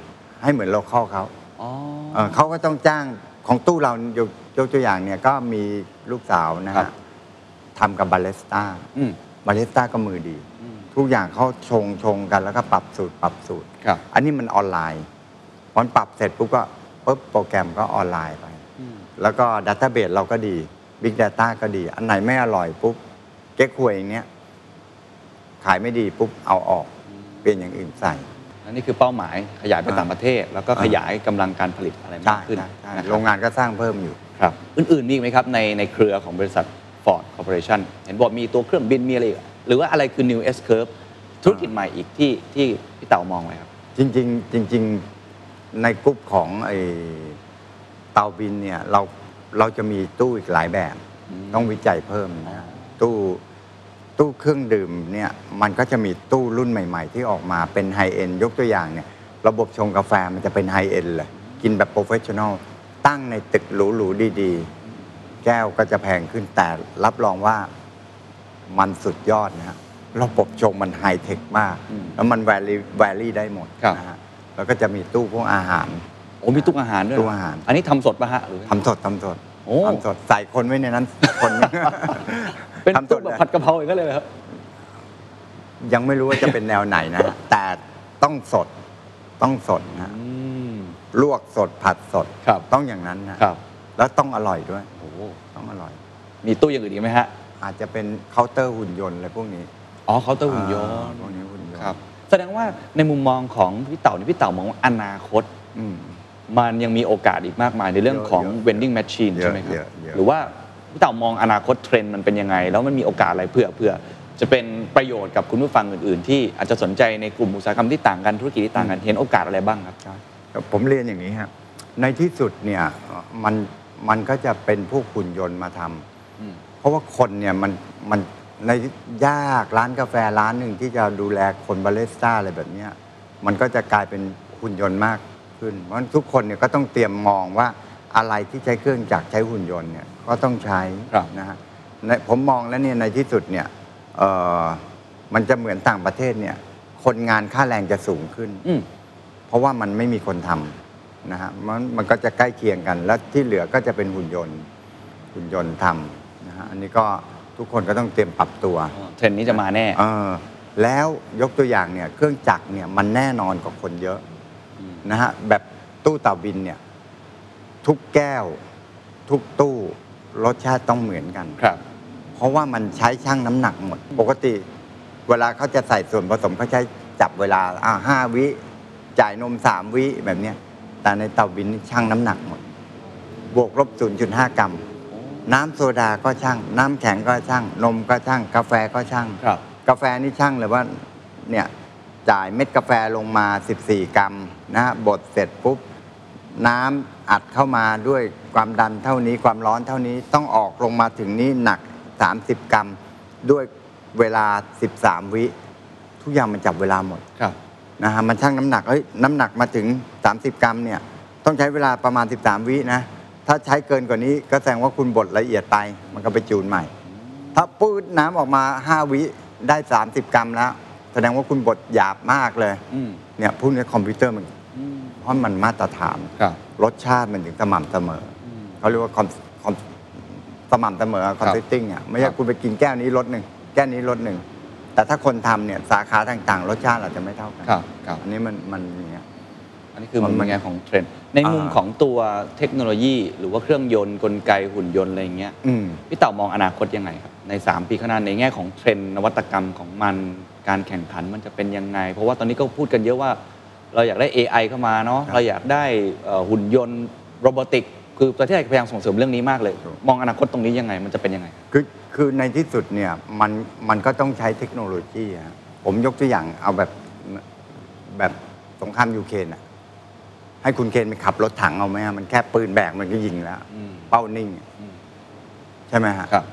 Speaker 1: ให้เหมือนโลคอลเขา
Speaker 2: อ๋อ
Speaker 1: เอ่อเขาก็ต้องจ้างของตู้เรายกยกตัวอย่างเนี่ยก็มีลูกสาวนะฮะทำกับบาเลสต้า
Speaker 2: อืม
Speaker 1: บาเลสต้าก็มือดี
Speaker 2: อืม
Speaker 1: ทุกอย่างเขาชงชงกันแล้วก็ปรับสูตรปรับสูตร
Speaker 2: ครับ
Speaker 1: อันนี้มันออนไลน์พอมันปรับเสร็จปุ๊บก็ปุ๊บโปรแกรมก็ออนไลน์ไป
Speaker 2: อืม
Speaker 1: แล้วก็ดัตต้าเบสเราก็ดี Big Data ก็ดี อันไหนไม่อร่อยปุ๊บเก๊กหวยอย่างเนี้ยขายไม่ดีปุ๊บเอาออก เปลี่ยนอย่างอื่นใส่
Speaker 2: อันนี้คือเป้าหมายขยายไปต่างประเทศ แล้วก็ขยายกำลังการผลิตอะไร
Speaker 1: ใช่
Speaker 2: มากขึ้น
Speaker 1: ใช่ใช่
Speaker 2: นะครับ
Speaker 1: โรงงานก็สร้างเพิ่มอยู่
Speaker 2: ครับอื่นๆมีอีกไหมครับ ในในเครือของบริษัท Ford Corporation เห็นบอกมีตัวเครื่องบินมีอะไรอีกหรือว่าอะไรคือ New S Curve ธุรกิจใหม่อีกที่ที่พี่เต่ามองไว้ครับ
Speaker 1: จริง ๆ จริง ๆ ในกลุ่มของไอเตาบินเนี่ยเราเราจะมีตู้อีกหลายแบบ
Speaker 2: อืม
Speaker 1: ต้องวิจัยเพิ่มนะ
Speaker 2: อ๋อ
Speaker 1: ตู้ตู้เครื่องดื่มเนี่ยมันก็จะมีตู้รุ่นใหม่ ๆ ที่ออกมาเป็นไฮเอ็นยกตัวอย่างเนี่ยระบบชงกาแฟมันจะเป็นไฮเอ็นเลย กินแบบโปรเฟชชั่นอลตั้งในตึกหรูๆดีๆ แก้วก็จะแพงขึ้นแต่รับรองว่ามันสุดยอดนะฮะระบบชงมันไฮเทคมาก
Speaker 2: อืม
Speaker 1: แล้วมันแวรี่แวรี่ได้หมด
Speaker 2: ครับ
Speaker 1: นะฮะแล้วก็จะมีตู้พวกอาหาร
Speaker 2: โอ้มีตู้อาหารด้วยเหร
Speaker 1: ตู้อาหาร
Speaker 2: อันนี้ทำสดปะฮะหรือ
Speaker 1: ทำสดทำสด
Speaker 2: โอ้
Speaker 1: ทำสดใส่คนไว้ในนั้นคน
Speaker 2: เป็น
Speaker 1: ทำส
Speaker 2: ตู้
Speaker 1: ด
Speaker 2: แบบ
Speaker 1: เลย
Speaker 2: ผัดกะเพราอย่างนั้นเลยเหรอครับ
Speaker 1: ยังไม่รู้ว่าจะเป็นแนวไหนนะ ฮะแต่ต้องสดต้องสดนะฮะ
Speaker 2: อืม
Speaker 1: ลวกสดผัดสด
Speaker 2: ครับ
Speaker 1: ต้องอย่างนั้นนะครับ แล้วต้องอร่อยด้วย
Speaker 2: โอ้โห
Speaker 1: ต้องอร่อย
Speaker 2: มีตู้อย่างอื่นอีกไหมฮะ
Speaker 1: อาจจะเป็นเคาน์เตอร์หุ่นยนต์อะไรพวกนี้
Speaker 2: อ๋อเคาน์เตอร์หุ่นยน
Speaker 1: อ่า
Speaker 2: ต์
Speaker 1: พวกนี้หุ่นยนต์
Speaker 2: ครับ แสดงว่าในมุมมองของพี่เต่านี่พี่เต่ามองว่าอนาคต
Speaker 1: อืม
Speaker 2: มันยังมีโอกาสอีกมากมายในเรื่องของ
Speaker 1: เยอะ
Speaker 2: vending machine
Speaker 1: เยอะ
Speaker 2: ใช่ไหมครั
Speaker 1: เย
Speaker 2: บ
Speaker 1: อะเยอะ
Speaker 2: หรือว่าพี่เต่ามองอนาคตเทรนด์มันเป็นยังไง แล้วมันมีโอกาสอะไรเผื่อเผื่อจะเป็นประโยชน์กับคุณผู้ฟังอื่น ๆ ที่อาจจะสนใจในกลุ่มอุตสาหกรรมที่ต่างกันธุรกิจที่ต่างกันเห็นโอกาสอะไรบ้างครับ
Speaker 1: ครับผมเรียนอย่างนี้ครับในที่สุดเนี่ยเอ่อมันมันก็จะเป็นพวกหุ่นยนต์มาทำ
Speaker 2: อืม
Speaker 1: เพราะว่าคนเนี่ยมันมันในยากร้านกาแฟร้านหนึ่งที่จะดูแลคนบาเลสต้าอะไรแบบเนี้ยมันก็จะกลายเป็นหุ่นยนต์มากขึ้น เพราะฉะนั้นทุกคนเนี่ยก็ต้องเตรียมมองว่าอะไรที่ใช้เครื่องจักรใช้หุ่นยนต์เนี่ยก็ต้องใช้
Speaker 2: ครับ
Speaker 1: นะฮะในผมมองแล้วเนี่ยในที่สุดเนี่ยเอ่อมันจะเหมือนต่างประเทศเนี่ยคนงานค่าแรงจะสูงขึ้น
Speaker 2: อืม
Speaker 1: เพราะว่ามันไม่มีคนทำนะฮะมันมันก็จะใกล้เคียงกัน แล้วที่เหลือก็จะเป็นหุ่นยนต์ หุ่นยนต์ทำนะฮะอันนี้ก็ทุกคนก็ต้องเตรียมปรับตัว
Speaker 2: เทรนด์นี้จะมาแน่
Speaker 1: เออแล้วยกตัวอย่างเนี่ยเครื่องจักรเนี่ยมันแน่นอนกว่าคนเยอะ
Speaker 2: ม
Speaker 1: นะฮะแบบตู้เต่าบินเนี่ยทุกแก้ว ทุกตู้รสชาติต้องเหมือนกัน
Speaker 2: ครับ
Speaker 1: เพราะว่ามันใช้ช่างน้ำหนักหมด ปกติ เวลาเขาจะใส่ส่วนผสมเขาใช้จับเวลาอ่าห้าวิ จ่ายนมสามวิแบบเนี้ยแต่ในเตาบินนี่ช่างน้ำหนักหมด บวกลบ 0.5 กรัม น้ำโซดาก็ช่าง น้ำแข็งก็ช่าง นมก็ช่าง กาแฟก็ช่าง
Speaker 2: ครับ
Speaker 1: กาแฟนี่ช่างเลยว่าเนี่ยจ่ายเม็ดกาแฟลงมา 14 กรัมนะฮะบดเสร็จปุ๊บ น้ำอัดเข้ามาด้วยความดันเท่านี้ความร้อนเท่านี้ต้องออกลงมาถึงนี้หนัก 30 กรัม ด้วยเวลา 13 วิ ทุกอย่างมันจับเวลาหมด
Speaker 2: ครับ
Speaker 1: นะฮะมันช่างน้ำหนักเอ้ยน้ำหนักมาถึง 30 กรัมเนี่ยต้องใช้เวลาประมาณ 13 วินะ ถ้าใช้เกินกว่านี้ก็แสดงว่าคุณบดละเอียดไป มันก็ไปจูนใหม่ ถ้าปืดน้ำออกมา 5 วิได้ 30 กรัมแล้ว แสดงว่าคุณบดหยาบมากเลย
Speaker 2: อืม
Speaker 1: เนี่ยพวกนี้คอมพิวเตอร์มัน
Speaker 2: อืม
Speaker 1: เพราะมันมาตรฐาน
Speaker 2: ครับ
Speaker 1: รสชาติมันถึงสม่ำเสมออเขาเรียกว่าคอมคอมสม่ำเสมอคอนซิสติ้งอ่ะไม่
Speaker 2: ค
Speaker 1: ใช่
Speaker 2: รับ
Speaker 1: คุณไปกินแก้วนี้รสหนึ่งแก้วนี้รสหนึ่ง แต่ถ้าคนทำเนี่ยสาขาต่างๆ รสชาติอาจจะไม่เท่ากัน
Speaker 2: ครับครับ
Speaker 1: อันนี้มันมันอย่างเงี้ย
Speaker 2: อันนี้คือ
Speaker 1: มั
Speaker 2: มุ
Speaker 1: น
Speaker 2: ม
Speaker 1: มัน
Speaker 2: แง่ของเทรนด์ในมุม
Speaker 1: อ่า
Speaker 2: ของตัวเทคโนโลยี หรือว่าเครื่องยนต์กลไกหุ่นยนต์อะไรอย่างเงี้ย
Speaker 1: อืม
Speaker 2: พี่เต่ามองอนาคตยังไงครับ ใน 3 ปีข้างหน้าในแง่ของเทรนด์นวัตกรรมของมันการแข่งขันมันจะเป็นยังไง เพราะว่าตอนนี้ก็พูดกันเยอะว่า เราอยากได้ AI เข้ามาเนาะ
Speaker 1: ครับ
Speaker 2: เราอยากได้เอ่อหุ่นยนต์โรบอติก คือประเทศไทยพยายามส่งเสริมเรื่องนี้มากเลย
Speaker 1: ครับ
Speaker 2: มองอนาคตตรงนี้ยังไงมันจะเป็นยังไง
Speaker 1: คือคือในที่สุดเนี่ยมันมันก็ต้องใช้เทคโนโลยีอะฮะผมยกตัวอย่างเอาแบบแบบสงครามยูเครนอะให้คุณเคนไปขับรถถังเอาไหมฮะมันแค่ปืนแบกมันก็ยิงแล้ว
Speaker 2: อืม
Speaker 1: เป้านิ่ง ใช่ไหมฮะ
Speaker 2: ครับ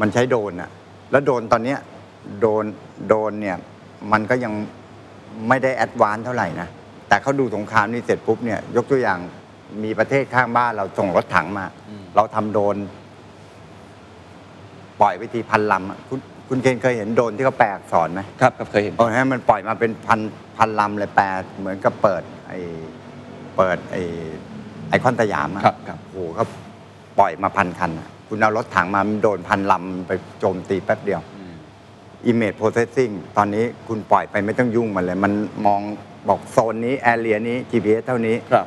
Speaker 1: มันใช้โดรนอะแล้วโดรนตอนเนี้ยโดรนโดรนเนี่ย มันก็ยังไม่ได้แอดวานซ์เท่าไหร่นะ แต่เขาดูสงครามนี่เสร็จปุ๊บเนี่ย ยกตัวอย่างมีประเทศข้างบ้านเราส่งรถถังมา
Speaker 2: อืม
Speaker 1: เราทำโดรนปล่อยไปทีพันลำอะคุณคุณเคนเคยเห็นโดรนที่เขาแปลอักษรไหม
Speaker 2: ครับครับเคยเห็น
Speaker 1: โอ้ให้มันปล่อยมาเป็นพันพันลำเลยแปดเหมือนกับเปิดไอเปิดไอไอคอนสยามอะ
Speaker 2: ครับครับ
Speaker 1: โอ้โหเขาปล่อยมาพันคันอะคุณเอารถถังมามันโดนพันลำไปโจมตีแป๊บเดียว
Speaker 2: อืม
Speaker 1: Image Processing ตอนนี้คุณปล่อยไปไม่ต้องยุ่งมันเลย มันมองบอกโซนนี้ แอเรียนี้ GPS เท่านี้
Speaker 2: ครับ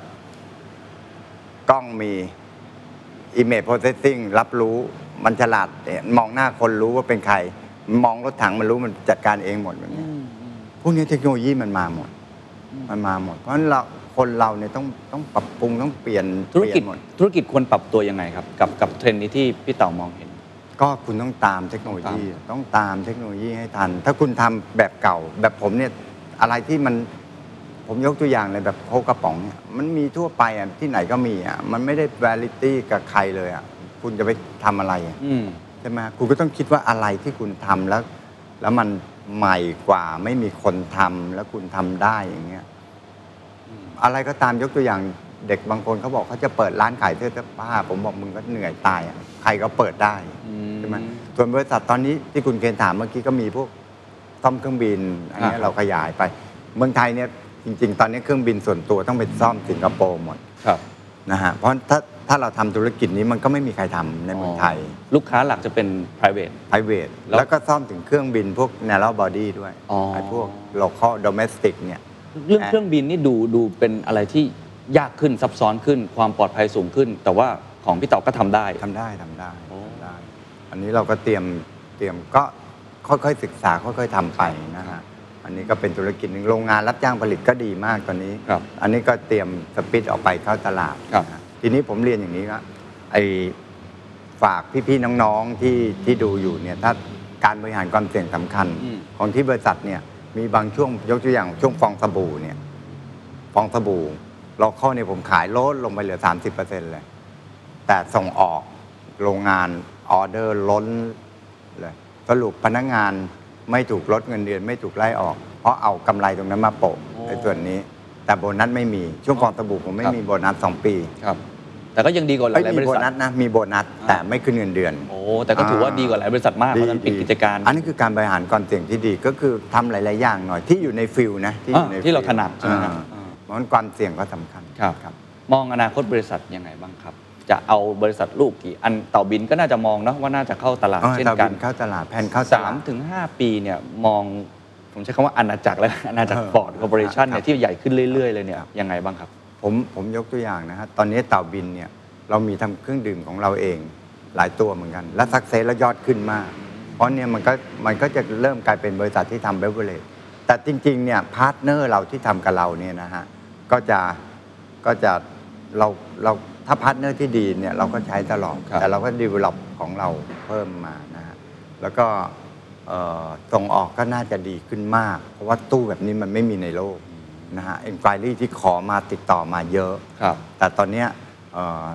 Speaker 1: กล้องมี Image Processing รับรู้มันฉลาดเอ่อมองหน้าคนรู้ว่าเป็นใคร มองรถถังมันรู้มันจัดการเองหมดแบบเนี้ย พวกนี้เทคโนโลยีมันมาหมด มันมาหมด เพราะฉะนั้นเราคนเราเนี่ยต้องต้องปรับปรุงต้องเปลี่ยน
Speaker 2: ธุรกิ
Speaker 1: เปลี่
Speaker 2: จ
Speaker 1: ยนหมด
Speaker 2: ธุรกิจควรปรับตัวยังไงครับ กับกับเทรนด์นี้ที่พี่เต่ามองเห็น
Speaker 1: ก็คุณต้องตามเทคโนโลยี ต้องตามเทคโนโลยีให้ทัน ถ้าคุณทำแบบเก่า แบบผมเนี่ยอะไรที่มันผมยกตัวอย่างเลยแบบโคกกระป๋องเนี่ยมันมีทั่วไปอ่ะที่ไหนก็มีอ่ะมันไม่ได้แวลิตี้กับใครเลยอ่ะคุณจะไปทำอะไรอ่ะ
Speaker 2: อืม
Speaker 1: ใช่ไหมคุณก็ต้องคิดว่าอะไรที่คุณทำแล้ว แล้วมันใหม่กว่าไม่มีคนทำแล้วคุณทำได้อย่างเงี้ย อะไรก็ตามยกตัวอย่าง เด็กบางคนเขาบอกเขาจะเปิดร้านขายเสื้อผ้า ผมบอกมึงก็เหนื่อยตายอะใครก็เปิดได้
Speaker 2: อืม
Speaker 1: ใช่ไหมส่วนบริษัทตอนนี้ที่คุณเคนถามเมื่อกี้ก็มีพวกซ่อมเครื่องบินอันเนี้
Speaker 2: ครั
Speaker 1: ย
Speaker 2: บ
Speaker 1: เราขยายไป เมืองไทยเนี่ยจริง ๆ ตอนนี้เครื่องบินส่วนตัวต้องไปซ่อมสิงคโปร์หมด
Speaker 2: ครับ
Speaker 1: นะฮะเพราะถ้าถ้าเราทำธุรกิจนี้มันก็ไม่มีใครทำในเมืองไทย
Speaker 2: ลูกค้าหลักจะเป็น private
Speaker 1: private
Speaker 2: แล้ว
Speaker 1: แล้วก็ซ่อมถึงเครื่องบินพวก narrow body ด้วย
Speaker 2: อ๋อ
Speaker 1: ไอ้พวก local domestic เนี่ย
Speaker 2: เรื่อง
Speaker 1: อ่ะ
Speaker 2: เครื่องบินนี่ดูดูเป็นอะไรที่ยากขึ้นซับซ้อนขึ้น ความปลอดภัยสูงขึ้น แต่ว่าของพี่เต่อก็ทำได้
Speaker 1: ทำได้ทำได้
Speaker 2: โอ้
Speaker 1: ทำได้ อันนี้เราก็เตรียมเตรียมก็ค่อยๆศึกษาค่อยๆทำไปนะฮะอันนี้ก็เป็นธุรกิจหนึ่งโรงงานรับจ้างผลิตก็ดีมากตอนนี้
Speaker 2: ครับ
Speaker 1: อันนี้ก็เตรียมสปิดออกไปเข้าตลาด
Speaker 2: ครับ
Speaker 1: นะฮะทีนี้ผมเรียนอย่างนี้ครับไอฝากพี่ๆน้องๆที่ที่ดูอยู่เนี่ยถ้าการบริหารความเสี่ยงสำคัญ
Speaker 2: อืม
Speaker 1: ของที่บริษัทเนี่ยมีบางช่วงยกตัวอย่างช่วงฟองสบู่เนี่ยฟองสบู่เราเข้าเนี่ยผมขายลดลงไปเหลือ 30%เลย แต่ส่งออกโรงงานออเดอร์ล้นเลยสรุปพนักงานไม่ถูกลดเงินเดือนไม่ถูกไล่ออก เพราะเอากำไรตรงนั้นมาโปะ
Speaker 2: โอ้
Speaker 1: ในส่วนนี้ แต่โบนัสไม่มีช่วงกองตะบุผมไม่
Speaker 2: ครับ
Speaker 1: มีโบนัสสองปี
Speaker 2: ครับ แต่ก็ยังดีกว่าห
Speaker 1: เอ้ย
Speaker 2: ลาย
Speaker 1: มี
Speaker 2: ๆบริ
Speaker 1: โบ
Speaker 2: ษั
Speaker 1: นั
Speaker 2: ท
Speaker 1: สนะมีโบนัสแต่ไม่ขึ้นเงินเดือน
Speaker 2: โอ้แต่ก็ถือว่าดีกว่าหลายบริษัทมากเพราะฉะนั้นปิด
Speaker 1: ดี
Speaker 2: กิจการ
Speaker 1: อันนี้คือการบริหารความเสี่ยงที่ดีก็คือทำหลาย ๆ อย่างหน่อยที่อยู่ในฟิลนะที่อยู่ใน
Speaker 2: อ่า
Speaker 1: ฟิล
Speaker 2: ที่เราถนัดใช่ไหมครับ
Speaker 1: อ่า
Speaker 2: อ่า
Speaker 1: เพราะฉะนั้นความเสี่ยงก็สำคัญ
Speaker 2: ครับ มองอนาคตบริษัทยังไงบ้างครับ จะเอาบริษัทลูกกี่อันเต่าบินก็น่าจะมองเนอะว่าน่าจะเข้าตลาด
Speaker 1: อ่า
Speaker 2: เช่น
Speaker 1: เรา
Speaker 2: กั
Speaker 1: บิ
Speaker 2: น
Speaker 1: นเข้าตลาดแผนเข้าต
Speaker 2: สา
Speaker 1: ลาม ด
Speaker 2: ถึงห้าปีเนี่ยมองผมใช้คำว่าอาณาจักรแล้วกันอาณาจักร
Speaker 1: เออ
Speaker 2: ฟอร์ดคอร์ปอเรชัน
Speaker 1: ค
Speaker 2: เนี่
Speaker 1: รั
Speaker 2: ย
Speaker 1: บ
Speaker 2: ที่ใหญ่ขึ้นเรื่อย ๆ เลยเนี่ย
Speaker 1: ครับ
Speaker 2: ยังไงบ้างครับ
Speaker 1: ผมผมยกตัวอย่างนะฮะตอนนี้เต่าบินเนี่ยเรามีทำเครื่องดื่มของเราเองหลายตัวเหมือนกัน และสักเซสและยอดขึ้นมาก เพราะเนี่ยมันก็มันก็จะเริ่มกลายเป็นบริษัทที่ทำเบเวอร์เลจแต่จริงๆเนี่ยพาร์ทเนอร์เราที่ทำกับเราเนี่ยนะฮะก็จะก็จะเราเราถ้าพาร์ทเนอร์ที่ดีเนี่ยเราก็ใช้ตลอด
Speaker 2: ครับ
Speaker 1: แต่เราก็ดีเวล็อปของเราเพิ่มมานะฮะแล้วก็เอ่อส่งออกก็น่าจะดีขึ้นมาก เพราะว่าตู้แบบนี้มันไม่มีในโลกนะฮะเอ็นไกรี่ที่ขอมาติดต่อมาเยอะ
Speaker 2: ครับ
Speaker 1: แต่ตอนเนี้ยเอ่อ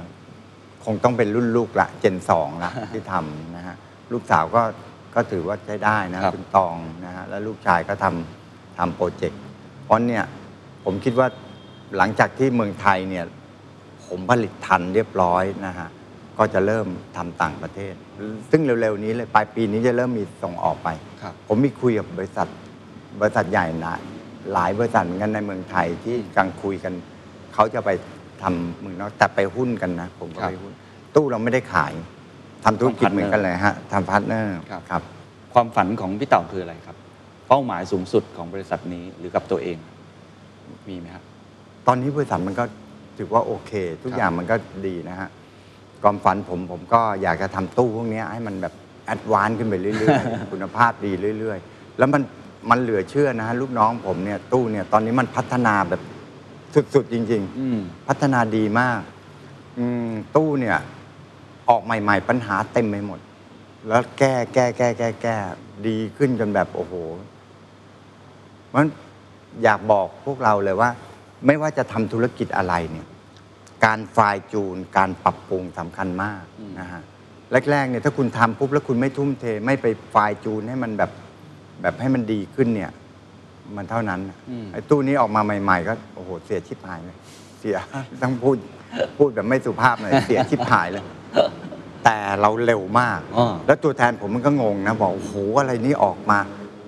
Speaker 1: คงต้องเป็นรุ่นลูกละเจนสองละ ที่ทำนะฮะลูกสาวก็ก็ถือว่าใช้ได้นะครับ คุณตองนะฮะแล้วลูกชายก็ทำทำโปรเจกต์เพราะเนี่ยผมคิดว่าหลังจากที่เมืองไทยเนี่ยผมผลิตทันเรียบร้อยนะฮะก็จะเริ่มทำต่างประเทศ ซึ่งเร็วๆนี้เลยปลายปีนี้จะเริ่มมีส่งออกไป
Speaker 2: ครับ
Speaker 1: ผมมีคุยกับบริษัทบริษัทใหญ่นะหลายบริษัทเหมือนกันในเมืองไทยที่กำลังคุยกัน เขาจะไปทำเมืองนอกแต่ไปหุ้นกันนะ ผมก็
Speaker 2: ครับ
Speaker 1: ไปหุ้น ตู้เราไม่ได้ขายทำธุรกิจ
Speaker 2: ทำพา
Speaker 1: เหมือ
Speaker 2: ร์ทเนอร์
Speaker 1: นกันเลยฮะทำพาร์ทเนอร์
Speaker 2: ครับ
Speaker 1: ครับ
Speaker 2: ความฝันของพี่เต่าคืออะไรครับ เป้าหมายสูงสุดของบริษัทนี้หรือกับตัวเอง มีไหมครับ
Speaker 1: ตอนนี้บริษัทมันก็ถือว่าโอเค ทุก
Speaker 2: ครับ
Speaker 1: อย่างมันก็ดีนะฮะความฝันผมผมก็อยากจะทำตู้พวกเนี้ยให้มันแบบแอดวานขึ้นไปเรื่อยๆ คุณภาพดีเรื่อย ๆ แล้วมันมันเหลือเชื่อนะฮะลูกน้องผมเนี่ยตู้เนี่ยตอนนี้มันพัฒนาแบบสุดๆจริง ๆ
Speaker 2: อืม
Speaker 1: พัฒนาดีมาก อืมตู้เนี่ย ออกใหม่ ๆ ปัญหาเต็มไปหมด แล้วแก้แก้แก้แก้แก้ดีขึ้นจนแบบโอ้โห มันอยากบอกพวกเราเลยว่า ไม่ว่าจะทำธุรกิจอะไรเนี่ย การฝ่ายจูน การปรับปรุงสำคัญมาก
Speaker 2: อืม
Speaker 1: นะฮะแรกๆเนี่ยถ้าคุณทำปุ๊บแล้วคุณไม่ทุ่มเท ไม่ไปฝ่ายจูนให้มันแบบแบบให้มันดีขึ้นเนี่ย มันเท่านั้นน่ะ
Speaker 2: อืม
Speaker 1: ไอ้ตู้นี้ออกมาใหม่ ๆ ก็โอ้โห เสียชิบหายเลย เสีย ต้องพูดพูดแบบไม่สุภาพหน่อย เสียชิบหายเลย แต่เราเร็วมาก
Speaker 2: อ่า
Speaker 1: แล้วตัวแทนผมมันก็งงนะ บอกโอ้โหอะไรนี่ออกมา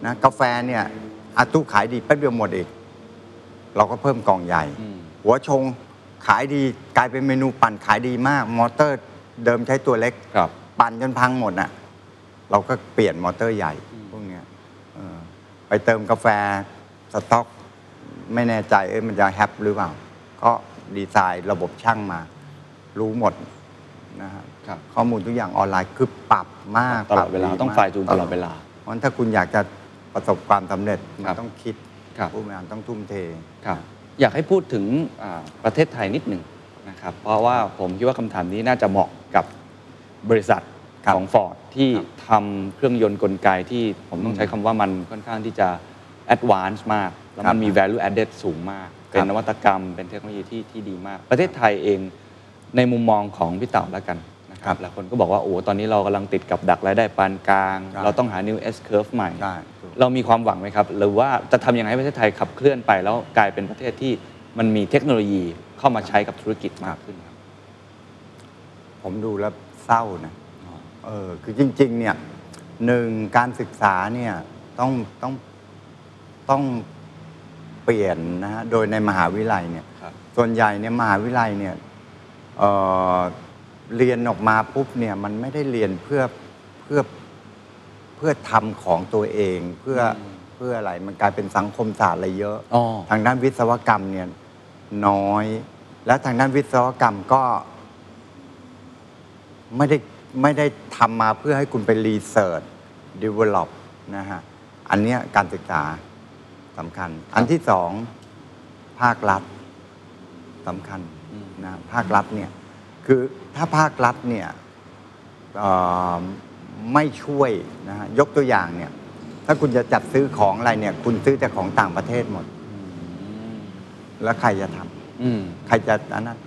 Speaker 1: นะกาแฟเนี่ยอาตู้ขายดีแป๊บเดียวหมดอีก เราก็เพิ่มกล่องใหญ่
Speaker 2: อืม
Speaker 1: หัวชงขายดีกลายเป็นเมนูปั่นขายดีมาก มอเตอร์เดิมใช้ตัวเล็ก
Speaker 2: ครับ
Speaker 1: ปั่นจนพังหมดน่ะ เราก็เปลี่ยนมอเตอร์ใหญ่
Speaker 2: อืม
Speaker 1: พวกเนี้ยเออไปเติมกาแฟสต็อก ไม่แน่ใจเอ้ยมันจะแฮปหรือเปล่า ก็ดีไซน์ระบบช่างมา รู้หมดนะฮะ
Speaker 2: ครับ
Speaker 1: ข้อมูลทุกอย่างออนไลน์คือปรับมาก
Speaker 2: ตลอดเวลา
Speaker 1: ปรับมก
Speaker 2: ต้องฝ่ายจูนตลอดเวลา
Speaker 1: เพราะฉะนั้นถ้าคุณอยากจะประสบความสำเร็จมั
Speaker 2: ค
Speaker 1: น
Speaker 2: รับ
Speaker 1: ต้องคิด
Speaker 2: ครับ
Speaker 1: ผู้บริหารต้องทุ่มเท
Speaker 2: ครับอยากให้พูดถึงอ่าประเทศไทยนิดหนึ่งนะครับ เพราะว่าผมคิดว่าคำถามนี้น่าจะเหมาะกับบริษัท
Speaker 1: ครับ
Speaker 2: ของฟอร์ดที่ทำเครื่องยนต์กลไกที่ผมต้องใช้คำว่ามันค่อนข้างที่จะแอดวานซ์มาก แล้ว
Speaker 1: ค
Speaker 2: มัน
Speaker 1: รับ
Speaker 2: มี value added สูงมาก เป็นนวัตกรรม เป็นเทคโนโลยีที่ที่ดีมาก ประเทศไทยเองในมุมมองของพี่เต่าแล้วกันนะค
Speaker 1: ครั
Speaker 2: รับบ หลายคนก็บอกว่าโอ้ตอนนี้เรากำลังติดกับดักรายได้ปานกลาง
Speaker 1: ใช่
Speaker 2: เราต้องหา new S curve ใหม่
Speaker 1: ได้ถูก
Speaker 2: เรามีความหวังไหมครับ หรือว่าจะทำยังไงให้ประเทศไทยขับเคลื่อนไปแล้วกลายเป็นประเทศที่มันมีเทคโนโลยี เข้ามาใช้กับธุรกิจมากขึ้นครับ
Speaker 1: ผมดูแล้วเศร้านะเออคือจริง ๆ เนี่ยหนึ่งการศึกษาเนี่ยต้องต้องต้องเปลี่ยนนะฮะโดยในมหาวิทยาลัยเนี่ย
Speaker 2: ครับ
Speaker 1: ส่วนใหญ่เนี่ยมหาวิทยาลัยเนี่ยเอ่อเรียนออกมาปุ๊บเนี่ยมันไม่ได้เรียนเพื่อเพื่อเพื่อทำของตัวเอง เพื่อ
Speaker 2: อืม
Speaker 1: เพื่ออะไรมันกลายเป็นสังคมศาสตร์อะไรเยอะ
Speaker 2: อ๋อ
Speaker 1: ทางด้านวิศวกรรมเนี่ยน้อย และทางด้านวิศวกรรมก็ไม่ได้ไม่ได้ทำมาเพื่อให้คุณไปรีเสิร์ชดีเวล็อปนะฮะ อันเนี้ยการศึกษาสำคัญ อันที่สองภาครัฐสำคัญ
Speaker 2: อืม
Speaker 1: นะภาครัฐเนี่ยคือถ้าภาครัฐเนี่ยเอ่อไม่ช่วยนะฮะยกตัวอย่างเนี่ยถ้าคุณจะจัดซื้อของอะไรเนี่ย คุณซื้อแต่ของต่างประเทศหมด แล้วใครจะทำ
Speaker 2: อืม
Speaker 1: ใครจะอันนั้น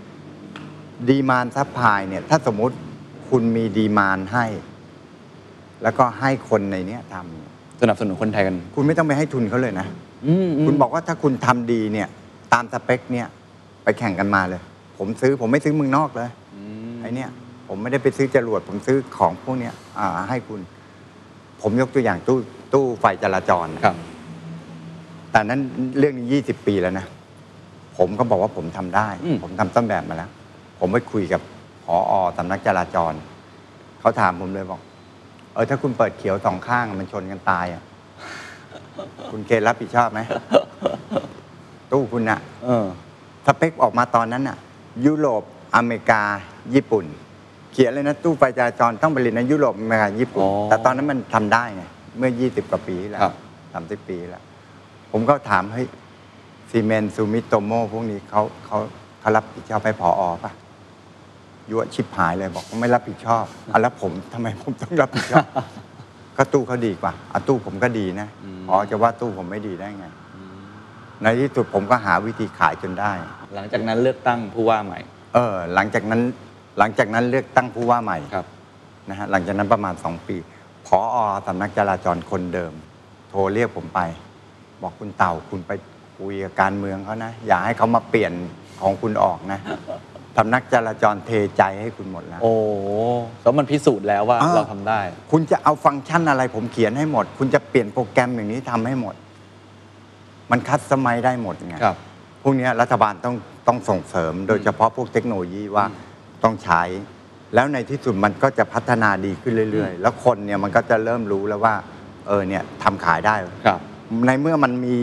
Speaker 1: ดีมานซัพพลายเนี่ย ถ้าสมมุติคุณมีดีมานให้ แล้วก็ให้คนในเนี้ยทำเนี่ย
Speaker 2: สนับสนุนคนไทยกัน
Speaker 1: คุณไม่ต้องไปให้ทุนเขาเลยนะ คุณบอกว่าถ้าคุณทำดีเนี่ย ตามสเปคเนี่ย ไปแข่งกันมาเลย ผมซื้อผมไม่ซื้อเมืองนอกเลย ไอเนี่ย ผมไม่ได้ไปซื้อจรวด ผมซื้อของพวกเนี้ยอ่าให้คุณ ผมยกตัวอย่างตู้ตู้ไฟจราจรนะ
Speaker 2: ครับ
Speaker 1: แต่นั้นเรื่องนี้ยี่สิบปีแล้วนะ ผมก็บอกว่าผมทำได้
Speaker 2: อืม
Speaker 1: ผมทำต้นแบบมาแล้ว ผมไปคุยกับผออสำนักจราจร เขาถามผมเลยบอก เออถ้าคุณเปิดเขียวสองข้างมันชนกันตายอ่ะ คุณเกณฑ์รับผิดชอบไหม ตู้คุณน่ะ
Speaker 2: เออ
Speaker 1: สเปคออกมาตอนนั้นน่ะ ยุโรปอเมริกา ญี่ปุ่น เขียนเลยนะ ตู้ไฟจราจรต้องผลิตในยุโรปอเมริกาญี่ปุ่น
Speaker 2: อ๋อ
Speaker 1: แต่ตอนนั้นมันทำได้ไงเมื่อ 20 กว่าปีที่แล้ว
Speaker 2: ครับ
Speaker 1: สามสิบปีที่แล้ว ผมก็ถามเฮ้ยซีเมนซูมิโตโมพวกนี้เขาเขาเขารับผิดชอบให้พออป่ะยั่วชิบหายเลยบอกว่าไม่รับผิดช อบอ่ะแล้วผมทำไมผมต้องรับผิดชอบ ก็ตู้เขาดีกว่าอ่ะตู้ผมก็ดีนะพอจะว่าตู้ผมไม่ดีได้ไง ในที่สุดผมก็หาวิธีขายจนได้
Speaker 2: หลังจากนั้นเลือกตั้งผู้ว่าใหม่
Speaker 1: เออหลังจากนั้นหลังจากนั้นเลือกตั้งผู้ว่าใหม่
Speaker 2: ครับ
Speaker 1: นะฮะหลังจากนั้นประมาณ 2 ปีพออสำนักจราจรคนเดิม โทรเรียกผมไป บอกคุณเต่าคุณไปคุยกับการเมืองเขานะ อย่าให้เขามาเปลี่ยนของคุณออกนะสำนักจราจรเทใจให้คุณหมดแล้ว
Speaker 2: โอ้แล้วมันพิสูจน์แล้วว่า
Speaker 1: อ่า
Speaker 2: เราทำได้
Speaker 1: คุณจะเอาฟังก์ชันอะไรผมเขียนให้หมด คุณจะเปลี่ยนโปรแกรมอย่างนี้ทำให้หมด มันคัดสมัยได้หมดไง
Speaker 2: ครับ
Speaker 1: พวกเนี้ยรัฐบาลต้องต้องส่งเสริม โดยเฉพาะพวกเทคโนโลยีว่าต้องใช้ แล้วในที่สุดมันก็จะพัฒนาดีขึ้นเรื่อย ๆ แล้วคนเนี่ยมันก็จะเริ่มรู้แล้วว่า เออเนี่ยทำขายได้
Speaker 2: ครับ
Speaker 1: ในเมื่อมันมี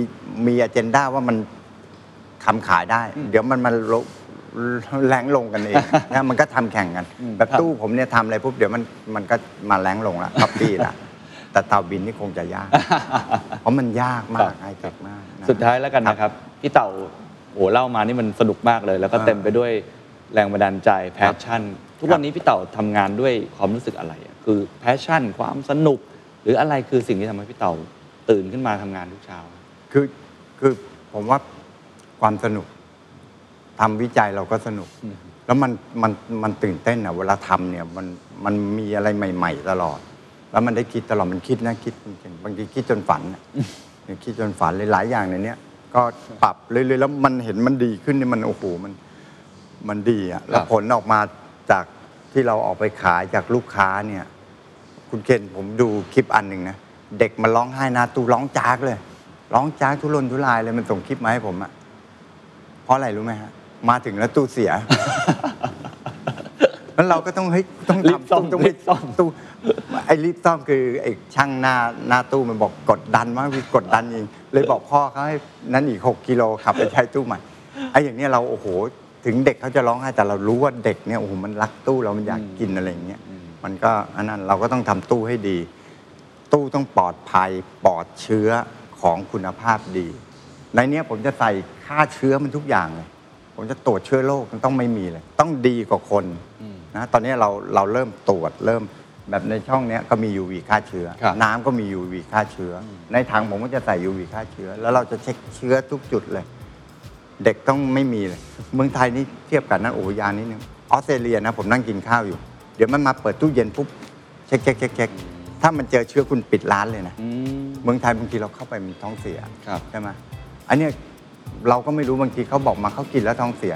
Speaker 1: มีอเจนดาว่ามันทำขายได้
Speaker 2: อืม
Speaker 1: เดี๋ยวมันมันลแรงลงกันเอง นะมันก็ทำแข่งกัน
Speaker 2: อืม
Speaker 1: แบบ
Speaker 2: ครับ
Speaker 1: ตู้ผมเนี่ยทำอะไรปุ๊บเดี๋ยวมันมันก็มาแรงลงละพับปีละแต่เต่าบินนี่คงจะ ยาก เพราะมันยากมากไอเทคมากนะ
Speaker 2: สุดท้ายแล้วกันนะครับ พี่เต่าโอ้เล่ามานี่มันสนุกมากเลย แล้วก็
Speaker 1: อ่า
Speaker 2: เต็มไปด้วยแรงบันดาลใจแพชชั่น ทุ
Speaker 1: ค
Speaker 2: ก
Speaker 1: รับ
Speaker 2: วันนี้พี่เต่าทำงานด้วยความรู้สึกอะไรอะคือแพชชั่น ความสนุก หรืออะไรคือสิ่งที่ทำให้พี่เต่าตื่นขึ้นมาทำงานทุกเช้า
Speaker 1: คือคือผมว่าความสนุกทำวิจัยเราก็สนุก
Speaker 2: อืม
Speaker 1: แล้วมันมันมันตื่นเต้นอ่ะเวลาทำเนี่ยมันมันมีอะไรใหม่ ๆ ตลอด แล้วมันได้คิดตลอดมันคิดนะคิดจริงๆบางทีคิดจนฝันอะคิดจนฝันเลยหลายอย่างในเนี้ยก็ปรับเรื่อยๆแล้วมันเห็นมันดีขึ้นเนี่ยมันโอ้โหมันมันดีอ่ะแล้วผลออกมาจากที่เราออกไปขายจากลูกค้าเนี่ย คุณเคนผมดูคลิปอันหนึ่งนะ เด็กมันร้องไห้หนาตูร้องจากเลย ร้องจากทุรนทุรายเลยมันส่งคลิปมาให้ผมอะเพราะอะไรรู้ไหมฮะ มาถึงแล้วตู้เสีย แล้วเราก็ต้องเฮ้ยต้อง
Speaker 2: รีบ
Speaker 1: ทำ
Speaker 2: ซ่อม
Speaker 1: ต้อง
Speaker 2: รีบซ่อม
Speaker 1: ตู้ไอ้รีบซ่อมคือไอ้ช่างหน้าหน้าตู้มันบอกกดดันมากพี่กดดันจริงเลยบอกพ่อเขาให้นั่นอีกหกกิโลขับไปใช้ตู้ใหม่ไอ้อย่างเนี้ยเราโอ้โห ถึงเด็กเขาจะร้องไห้แต่เรารู้ว่าเด็กเนี่ยโอ้โหมันรักตู้เรามันอยากกินอะไรอย่างเงี้ย มันก็อันนั้นเราก็ต้องทำตู้ให้ดี ตู้ต้องปลอดภัยปลอดเชื้อของคุณภาพดี ในเนี้ยผมจะใส่ค่าเชื้อมันทุกอย่างเลย ผมจะตรวจเชื้อโรคมันต้องไม่มีเลย ต้องดีกว่าคนนะตอนนี้เราเราเริ่มตรวจเริ่มแบบในช่องเนี้ยก็มี UV ฆ่าเชื้อ
Speaker 2: ครับ
Speaker 1: น้ำก็มี UV ฆ่าเชื้ออในถังผมก็จะใส่ UV ฆ่าเชื้อ แล้วเราจะเช็คเชื้อทุกจุดเลย เด็กต้องไม่มีเลย เมืองไทยนี่เทียบกันนะโอ้โหยานิดนึงออสเตรเลียนะ ผมนั่งกินข้าวอยู่ เดี๋ยวมันมาเปิดตู้เย็นปุ๊บเช็คเช็คเช็คเช็คถ้ามันเจอเชื้อคุณปิดร้านเลยนะ
Speaker 2: อืม
Speaker 1: เมืองไทยบางทีเราเข้าไปมันท้องเสีย
Speaker 2: ครับ
Speaker 1: ใช่ไหมอันเนี้ยเราก็ไม่รู้บางทีเขาบอกมาเขากินแล้วท้องเสีย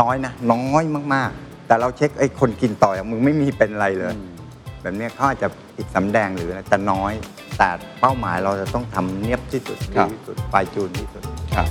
Speaker 1: น้อยนะน้อยมากๆ แต่เราเช็คไอ้คนกินต่ออย่างมึงไม่มีเป็นอะไรเลย แบบเนี้ยเขาอาจจะผิดสำแดงหรืออะไรแต่น้อย แต่เป้าหมายเราจะต้องทำเนียบที่สุด
Speaker 6: ครั
Speaker 1: ดี
Speaker 6: บ
Speaker 1: ที่สุดไปจูนที่สุด
Speaker 6: ครับ